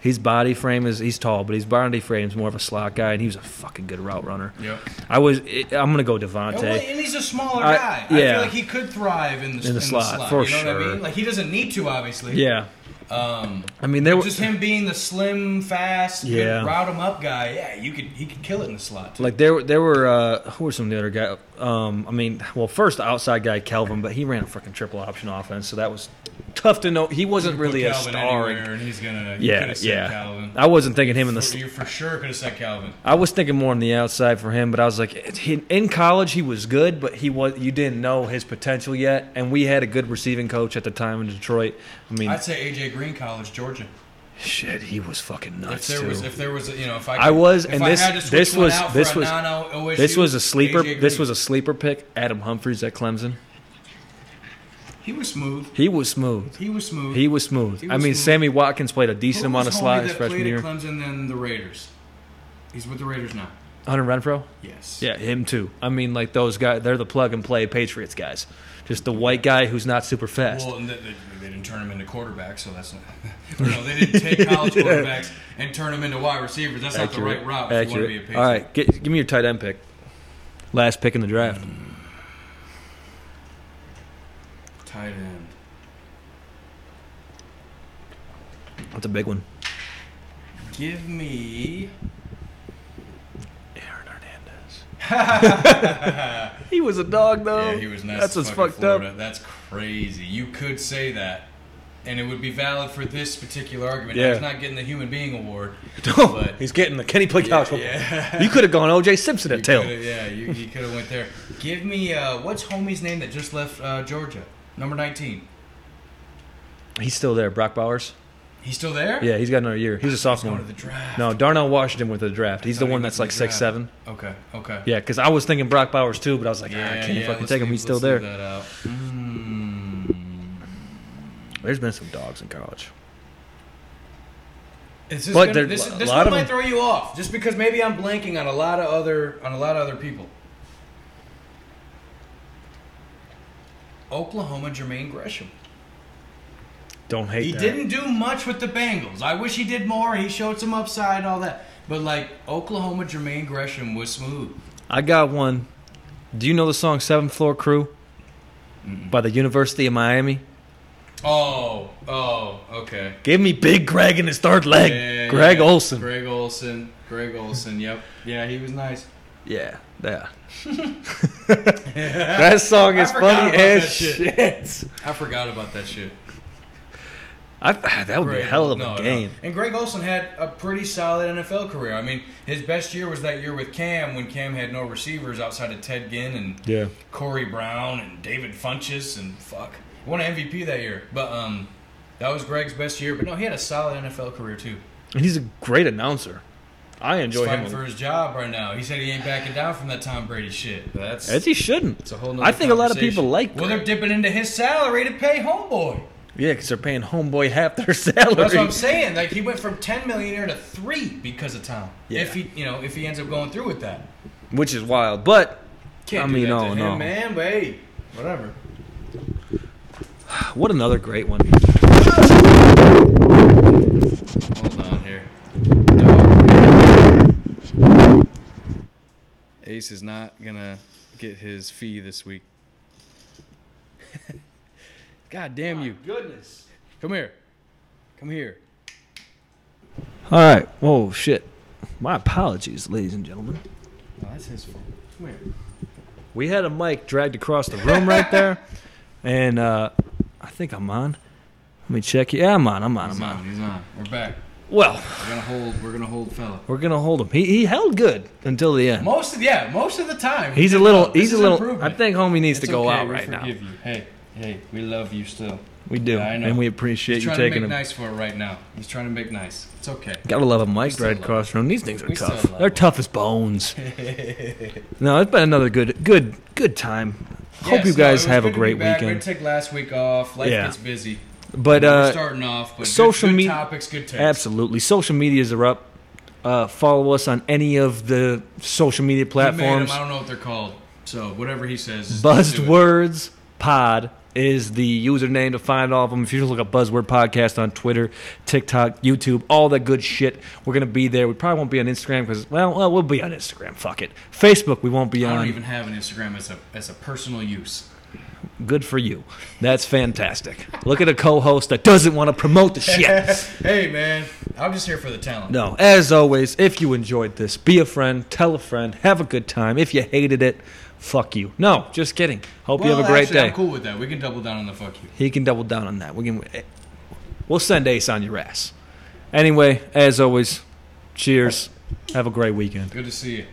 A: His body frame is he's tall, but his body frame is more of a slot guy, and he was a fucking good route runner.
B: Yep.
A: I was. I'm gonna go Devontae.
B: And, well, and he's a smaller
A: I-
B: guy. I
A: yeah.
B: feel like he could thrive in the,
A: the
B: in the slot.
A: slot, for
B: you know what I
A: sure.
B: mean? Like he doesn't need to, obviously.
A: Yeah.
B: Um,
A: I mean, there were
B: just him being the slim, fast, good
A: Yeah.
B: route him up guy. Yeah, you could he could kill it in the slot.
A: like there were- there were uh, who were some of the other guys? Um, I mean, well, first the outside guy Kelvin, but he ran a freaking triple option offense, so that was tough to know. He wasn't really
B: Put
A: a
B: Calvin
A: star. in-
B: anywhere, and he's gonna. you
A: yeah,
B: could've said
A: yeah.
B: Calvin.
A: I wasn't thinking him in the.
B: you for sure could have said Calvin.
A: I was thinking more on the outside for him, but I was like, it- he- in college he was good, but he was you didn't know his potential yet. And we had a good receiving coach at the time in Detroit. I mean,
B: I'd say AJ Green, College, Georgia.
A: shit, he was fucking
B: If
A: nuts
B: there
A: too.
B: was, if there was, you know, if I, could,
A: I was,
B: if
A: and
B: I
A: this
B: had to switch
A: this
B: one
A: was
B: out for
A: this
B: a oh,
A: was
B: non-OSU,
A: this was a sleeper.
B: AJ
A: This
B: Green.
A: was a sleeper pick. Adam Humphries at Clemson.
B: He was smooth.
A: He was smooth.
B: He was smooth.
A: He was smooth.
B: He
A: I
B: was
A: mean,
B: smooth.
A: Sammy Watkins played a
B: Who
A: decent amount of
B: was homie
A: slot his
B: that
A: freshman
B: played
A: year.
B: at Clemson than the Raiders. He's with the Raiders now.
A: Hunter Renfro.
B: Yes.
A: Yeah, him too. I mean, like those guys, they're the plug and play Patriots guys. Just the white guy who's not super fast.
B: Well, and they, they, they didn't turn him into quarterback, so that's not. You know, they didn't take college quarterbacks and turn them into wide receivers. That's not the right route if you want to be a
A: Accurate.
B: Patriot.
A: All right, get, give me your tight end pick. Last pick in the draft.
B: Tight end.
A: That's a big one.
B: Give me.
A: Aaron Hernandez. he was a dog though.
B: Yeah, he was nice.
A: Oh, That's
B: as
A: what's
B: fuck in
A: fucked
B: Florida.
A: up.
B: That's crazy. You could say that, and it would be valid for this particular argument.
A: Yeah.
B: He's not getting the Human Being Award.
A: No,
B: But-
A: Oh, he's getting the Kenny play college football.
B: yeah.
A: You could have gone OJ Simpson at
B: You
A: tail.
B: coulda- Yeah, you, you could have went there. Give me uh, what's homie's name that just left uh, Georgia? Number nineteen.
A: He's still there. Brock Bowers.
B: He's still there?
A: Yeah, he's got another year. He's a sophomore.
B: Going to the draft.
A: No, Darnell Washington with the draft. He's the
B: Oh, he
A: one
B: went
A: that's
B: to
A: like
B: the
A: six seven.
B: draft. Okay. Okay.
A: Yeah, because I was thinking Brock Bowers too, but I was like, ah, I
B: Yeah,
A: can't
B: yeah,
A: fucking
B: let's
A: take him.
B: leave-
A: He's still
B: let's leave
A: there.
B: That out. Mm.
A: There's been some dogs in college.
B: It's just
A: But
B: gonna,
A: there-
B: this,
A: a
B: this
A: lot
B: one
A: of
B: might
A: them-
B: throw you off, just because maybe I'm blanking on a lot of other on a lot of other people. Oklahoma, Jermaine Gresham.
A: Don't hate.
B: He
A: that.
B: didn't do much with the Bengals. I wish he did more. He showed some upside and all that. But like Oklahoma, Jermaine Gresham was smooth.
A: I got one. Do you know the song Seventh Floor Crew by the University of Miami?
B: Oh, oh, okay.
A: Give me Big Greg in his third leg.
B: Yeah, yeah, yeah,
A: Greg
B: yeah.
A: Olson.
B: Greg Olson. Greg Olson. Yep. Yeah, he was nice.
A: Yeah, yeah. that song is
B: I forgot
A: funny
B: about
A: as
B: that
A: shit.
B: shit. I forgot about that shit.
A: I, that would be a
B: Greg
A: hell of
B: Olson-
A: a
B: no, no.
A: game.
B: And Greg Olson had a pretty solid NFL career. I mean, his best year was that year with Cam when Cam had no receivers outside of Ted Ginn and
A: Yeah.
B: Corey Brown and David Funches and fuck. Won an MVP that year. But um that was Greg's best year. But no, he had a solid NFL career too.
A: And he's a great announcer. I
B: He's
A: enjoy
B: fighting
A: him.
B: for his job right now. He said he ain't backing down from that Tom Brady shit. That's
A: As he shouldn't.
B: it's a whole nother
A: I think a lot of
B: conversation.
A: people like
B: Well,
A: Greg.
B: they're dipping into his salary to pay homeboy.
A: Yeah, because they're paying homeboy half their salary.
B: That's what I'm saying. Like he went from ten millionaire to three because of Tom.
A: Yeah.
B: If he, you know, if he ends up going through with that,
A: which is wild. But
B: can't
A: I
B: do
A: mean,
B: that
A: no,
B: to him,
A: no.
B: man. But hey, whatever.
A: what another great one.
B: Hold on here. Dog. Ace is not gonna get his fee this week. God damn you!
A: Goodness.
B: Come here. Come here.
A: All right. Whoa, shit. My apologies, ladies and gentlemen.
B: No, Oh, that's his fault. Come here.
A: We had a mic dragged across the room right there, and uh, I think I'm on. Let me check. Yeah, I'm on. I'm on.
B: He's
A: I'm on.
B: on. He's on. We're back.
A: Well,
B: We're gonna hold. We're gonna hold, fella.
A: we're gonna hold him. He he held good until the end.
B: Most of yeah, most of the time.
A: He's a little.
B: This
A: He's a
B: is
A: little. I
B: improvement.
A: think homie needs
B: It's
A: to go
B: okay,
A: out
B: we
A: right now.
B: forgive You. Hey, hey, we love you still.
A: We do,
B: Yeah, I know.
A: and we appreciate
B: He's
A: you
B: trying to
A: taking him.
B: make nice for it right now. He's trying to make nice. It's okay.
A: Gotta love a mic
B: still
A: right
B: love
A: across the room. These things are
B: We still
A: tough.
B: love
A: They're
B: him.
A: tough as bones. no, it's been another good, good, good time. Hope
B: Yes,
A: you
B: no,
A: guys
B: it was
A: have a
B: good to be
A: great
B: back. We
A: weekend.
B: had to take last week off. Life
A: Yeah.
B: gets busy.
A: But
B: We're
A: uh,
B: starting off, but
A: social
B: social good,
A: me-
B: topics, good takes.
A: absolutely, social medias are up. Uh, follow us on any of the social media
B: He made 'em,
A: platforms.
B: I don't know what they're called. So whatever he says. is-
A: Buzzed
B: do it.
A: Words Pod is the username to find all of them. If you just look up Buzzword Podcast on Twitter, TikTok, YouTube, all that good shit, we're gonna be there. We probably won't be on Instagram because well, well, we'll be on Instagram. Fuck it. Facebook, we won't be
B: I
A: on.
B: don't even have an Instagram as a as a personal use.
A: Good for you. That's fantastic. Look at a co-host that doesn't want to promote the shit.
B: hey man, I'm just here for the talent.
A: No, as always, if you enjoyed this, be a friend, tell a friend, have a good time. If you hated it, fuck you. No, just kidding. Hope
B: Well,
A: you have a great
B: actually,
A: day.
B: I'm cool with that. We can double down on the fuck you.
A: He can double down on that. We can. We'll send Ace on your ass. Anyway, as always, cheers. Have a great weekend.
B: Good to see you.